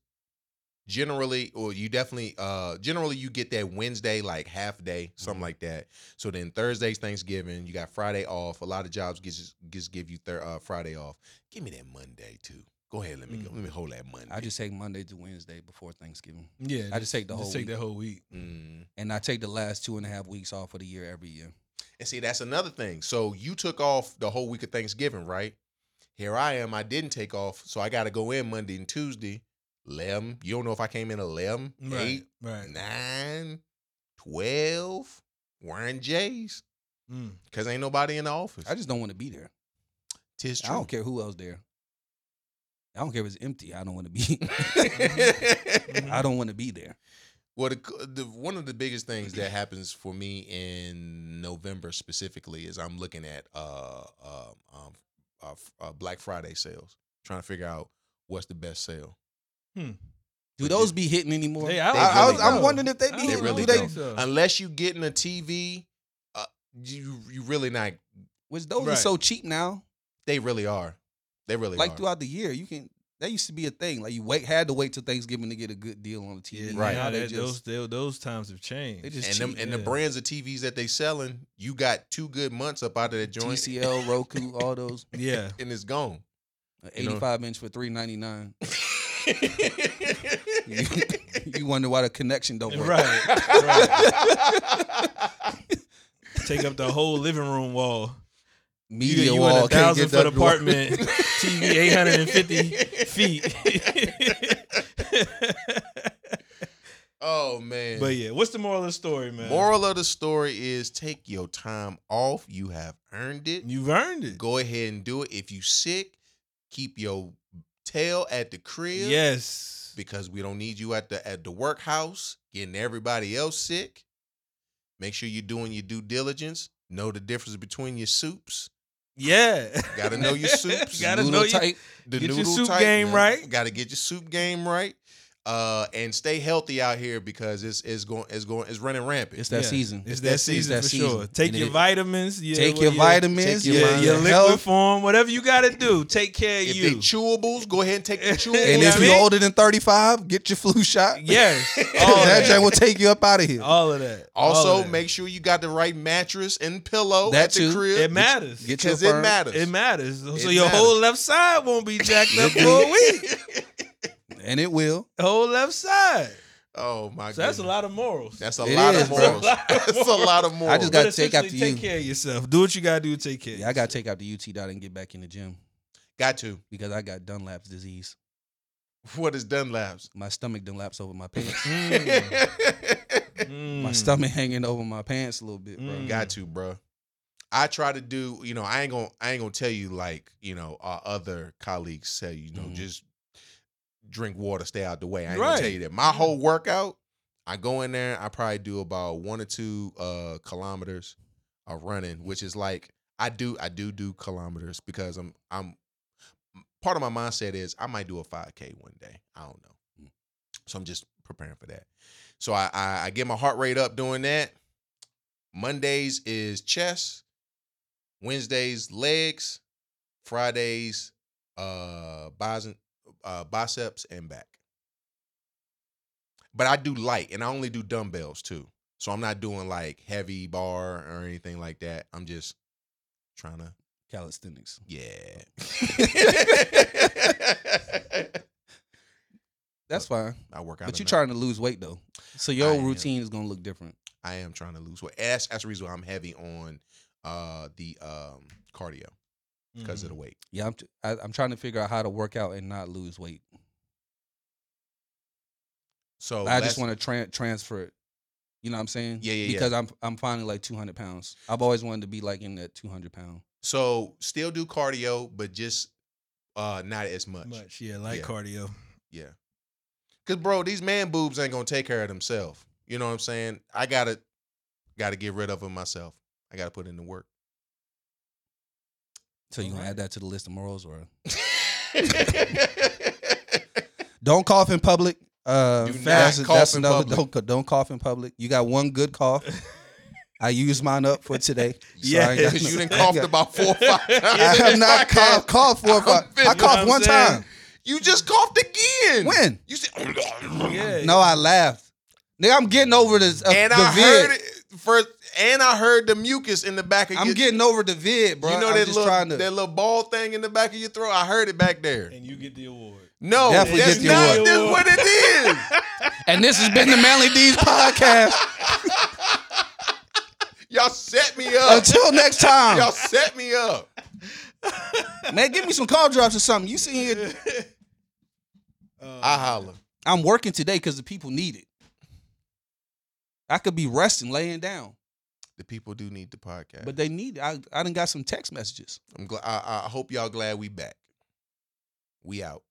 Speaker 4: generally, or you definitely, uh, generally you get that Wednesday like half day, something
Speaker 1: Mm-hmm.
Speaker 4: like that. So then Thursday's Thanksgiving, you got Friday off. A lot of jobs just just give you thir- uh, Friday off. Give me that Monday too. Go ahead, let me go. Let me hold that Monday.
Speaker 1: Mm-hmm. I just take Monday to Wednesday before Thanksgiving.
Speaker 2: Yeah,
Speaker 1: I just take the whole
Speaker 2: take
Speaker 1: week.
Speaker 2: that whole week.
Speaker 4: Mm.
Speaker 1: And I take the last two and a half weeks off of the year every year.
Speaker 4: and see that's another thing. So you took off the whole week of Thanksgiving, right? Here I am. I didn't take off, so I got to go in Monday and Tuesday. 11. You don't know if I came in 11,
Speaker 2: Right,
Speaker 4: 8,
Speaker 2: right.
Speaker 4: nine, 12, wearing J's.
Speaker 2: Mm.
Speaker 4: Cause ain't nobody in the office.
Speaker 1: I just don't want to be there.
Speaker 4: Tis true.
Speaker 1: I don't care who else there. I don't care if it's empty. I don't want to be.
Speaker 2: Mm-hmm.
Speaker 1: I don't want to be there.
Speaker 4: well, the, the one of the biggest things that happens for me in November specifically is I'm looking at uh, uh, um, uh, f- uh Black Friday sales, trying to figure out what's the best sale.
Speaker 1: Hmm. Do those be hitting anymore?
Speaker 2: Hey,
Speaker 4: They
Speaker 2: I, I, I
Speaker 4: really
Speaker 2: was, I'm
Speaker 4: don't.
Speaker 2: wondering if they
Speaker 1: They
Speaker 2: be hitting.
Speaker 4: really
Speaker 2: do they?
Speaker 4: don't.
Speaker 1: uh,
Speaker 4: Unless you getting a TV, uh, you you really not.
Speaker 1: Which those are
Speaker 2: Right.
Speaker 1: so cheap now.
Speaker 4: They really are. They really
Speaker 1: like
Speaker 4: are.
Speaker 1: throughout the year, you can. That used to be a thing. Like you wait had to wait till Thanksgiving to get a good deal on the
Speaker 2: Yeah,
Speaker 1: TV.
Speaker 4: Right.
Speaker 2: Now
Speaker 1: Now they
Speaker 2: that- those
Speaker 1: just
Speaker 2: they- those times have changed.
Speaker 1: They just
Speaker 4: and them,
Speaker 1: cheap,
Speaker 4: and the
Speaker 2: yeah.
Speaker 4: brands of TVs that they selling, you got two good months up out of that joint,
Speaker 1: TCL, Roku, all those
Speaker 2: yeah.
Speaker 4: and it's gone. You know-
Speaker 1: eighty five inch for three ninety nine. You,
Speaker 4: right.
Speaker 1: you wonder why the connection don't work.
Speaker 2: Right. right. Take up the whole living room wall. You,
Speaker 1: Media
Speaker 2: you want
Speaker 1: wall
Speaker 2: a thousand
Speaker 1: can't get that
Speaker 2: foot
Speaker 1: door.
Speaker 2: apartment, TV eight hundred and fifty feet.
Speaker 4: oh man.
Speaker 2: but yeah, what's the moral of the story, man?
Speaker 4: Moral of the story is take your time off. You have earned it.
Speaker 2: you've earned it.
Speaker 4: Go ahead and do it. If you sick, keep your tail at the crib.
Speaker 2: Yes.
Speaker 4: Because we don't need you at the at the workhouse getting everybody else sick. Make sure you're doing your due diligence. Know the difference between your soups.
Speaker 2: Yeah.
Speaker 4: Gotta know your soups.
Speaker 2: Gotta
Speaker 1: Noodle
Speaker 2: know your
Speaker 1: type.
Speaker 4: the
Speaker 2: Get your
Speaker 4: noodle
Speaker 2: soup
Speaker 4: type,
Speaker 2: game
Speaker 4: man.
Speaker 2: right.
Speaker 4: Got to get your soup game right, uh, and stay healthy out here because it's it's going it's going it's running rampant.
Speaker 1: It's that
Speaker 2: Yeah.
Speaker 1: season.
Speaker 2: It's that season
Speaker 1: that
Speaker 2: for
Speaker 1: season.
Speaker 2: sure. Take
Speaker 1: And
Speaker 2: your
Speaker 1: it-
Speaker 2: vitamins. Your,
Speaker 1: Take
Speaker 2: what
Speaker 1: your
Speaker 4: take
Speaker 1: vitamins.
Speaker 4: your
Speaker 1: your
Speaker 2: Yeah,
Speaker 4: vitamin-
Speaker 2: your
Speaker 1: your
Speaker 2: liquid
Speaker 1: health.
Speaker 2: form, whatever you got to do, take care of
Speaker 4: if
Speaker 2: you.
Speaker 4: they chewables, go ahead and take the
Speaker 2: And
Speaker 4: chewables.
Speaker 1: And
Speaker 2: You know
Speaker 1: if
Speaker 2: what I
Speaker 1: you're
Speaker 2: mean?
Speaker 1: older than thirty five, get your flu shot.
Speaker 2: yes, all
Speaker 1: that
Speaker 2: that.
Speaker 1: joint will take you up out of here.
Speaker 2: all of that. all
Speaker 4: also,
Speaker 2: of that.
Speaker 4: make sure you got the right mattress and pillow
Speaker 1: That
Speaker 4: at the
Speaker 1: too.
Speaker 4: crib.
Speaker 2: it matters.
Speaker 1: Get
Speaker 4: because
Speaker 1: you a
Speaker 4: it
Speaker 1: firm-
Speaker 4: matters.
Speaker 2: it matters. So
Speaker 4: It
Speaker 2: your
Speaker 4: matters.
Speaker 2: whole left side won't be jacked up for a week.
Speaker 1: and it will.
Speaker 2: Whole left side.
Speaker 4: oh my god,
Speaker 2: So that's a lot of morals.
Speaker 4: That's a
Speaker 1: It
Speaker 4: lot
Speaker 1: is,
Speaker 4: of
Speaker 1: bro.
Speaker 4: morals.
Speaker 2: That's a lot of
Speaker 4: That's a lot of morals.
Speaker 1: I just
Speaker 2: But
Speaker 1: gotta take after
Speaker 2: essentially, take
Speaker 1: you.
Speaker 2: care of yourself. Do what you gotta do. to Take care.
Speaker 1: Yeah, I got to take out the UT dot and get back in the gym
Speaker 4: got to.
Speaker 1: because I got Dunlap's disease.
Speaker 4: What is Dunlap's?
Speaker 1: My stomach Dunlap's over my pants.
Speaker 2: Mm.
Speaker 1: my stomach hanging over my pants a little bit, bro.
Speaker 2: Mm.
Speaker 4: Got to, bro. I try to do, you know, I ain't gonna, I ain't gonna tell you like, you know, our other colleagues say, you know,
Speaker 1: Mhm.
Speaker 4: just drink water, stay out the way. I ain't
Speaker 2: Right.
Speaker 4: gonna tell you that. My whole workout, I go in there, I probably do about one or two uh kilometers of running, which is like I do, I do do kilometers because I'm, I'm part of my mindset is I might do a 5K one day. I don't know, so I'm just preparing for that. So I, I, I get my heart rate up doing that. Mondays is chest, Wednesdays legs, Fridays uh bison, uh biceps and back. But I do light and I only do dumbbells too. So I'm not doing like heavy bar or anything like that. I'm just trying to
Speaker 1: Calisthenics.
Speaker 4: yeah.
Speaker 1: That's fine.
Speaker 4: I work out.
Speaker 1: But you're
Speaker 4: enough.
Speaker 1: trying to lose weight though, so
Speaker 4: I
Speaker 1: your
Speaker 4: am.
Speaker 1: routine is gonna look different.
Speaker 4: I am trying to lose weight. And That's, that's the reason why I'm heavy on uh the um cardio
Speaker 2: Mm.
Speaker 4: because of the weight.
Speaker 1: Yeah, I'm t- I, I'm trying to figure out how to work out and not lose weight.
Speaker 4: So
Speaker 1: I just
Speaker 4: last-
Speaker 1: want to tra- transfer it. You know what I'm saying?
Speaker 4: Yeah, yeah, yeah.
Speaker 1: Because I'm I'm finally like 200 pounds. I've always wanted to be like in that 200 pound.
Speaker 4: So still do cardio, but just uh not as much.
Speaker 2: Mm. much. Yeah, like
Speaker 4: Yeah.
Speaker 2: cardio.
Speaker 4: Yeah. Cause bro, these man boobs ain't gonna take care of themselves. You know what I'm saying? I gotta gotta get rid of them myself. I gotta put in the work.
Speaker 6: So you gonna add that to the list of morals, or
Speaker 1: Don't cough in public. Uh,
Speaker 4: Do not
Speaker 1: that's,
Speaker 4: cough
Speaker 1: that's
Speaker 4: in
Speaker 1: another.
Speaker 4: public.
Speaker 1: Don't, co- don't cough in public. You got one good cough. I used mine up for today.
Speaker 2: Yeah,
Speaker 1: I ain't got
Speaker 4: Because you
Speaker 1: no-
Speaker 4: done coughed about four or five times.
Speaker 1: I have not coughed cough for. I,
Speaker 4: finished.
Speaker 1: I
Speaker 4: You know what
Speaker 1: coughed
Speaker 2: I'm
Speaker 1: one
Speaker 2: saying?
Speaker 1: time.
Speaker 4: You just coughed again.
Speaker 1: When?
Speaker 4: You said, "Oh
Speaker 2: Yeah.
Speaker 1: No, I laughed. Nigga, I'm getting over this. Uh,
Speaker 4: and
Speaker 1: the
Speaker 4: I
Speaker 1: vid.
Speaker 4: heard it first, and I heard the mucus in the back of
Speaker 1: I'm
Speaker 4: your.
Speaker 1: getting over the vid, bro.
Speaker 4: you know
Speaker 1: I'm
Speaker 4: that
Speaker 1: just trying
Speaker 4: little
Speaker 1: to.
Speaker 4: that little ball thing in the back of your throat. I heard it back there.
Speaker 2: And you get the award.
Speaker 4: No,
Speaker 1: Definitely
Speaker 4: that's
Speaker 1: get the
Speaker 4: not
Speaker 2: award.
Speaker 4: that's what it is.
Speaker 1: and this has been the Manly D's podcast.
Speaker 4: Y'all set me up.
Speaker 1: Until next time,
Speaker 4: Y'all set me up.
Speaker 1: man, give me some call drops or something. You see here,
Speaker 4: I holler.
Speaker 1: I'm working today because the people need it. I could be resting, laying down,
Speaker 4: The people do need the podcast.
Speaker 1: but they need it. I, I done got some text messages.
Speaker 4: I'm glad. I, I hope y'all glad we back. We out.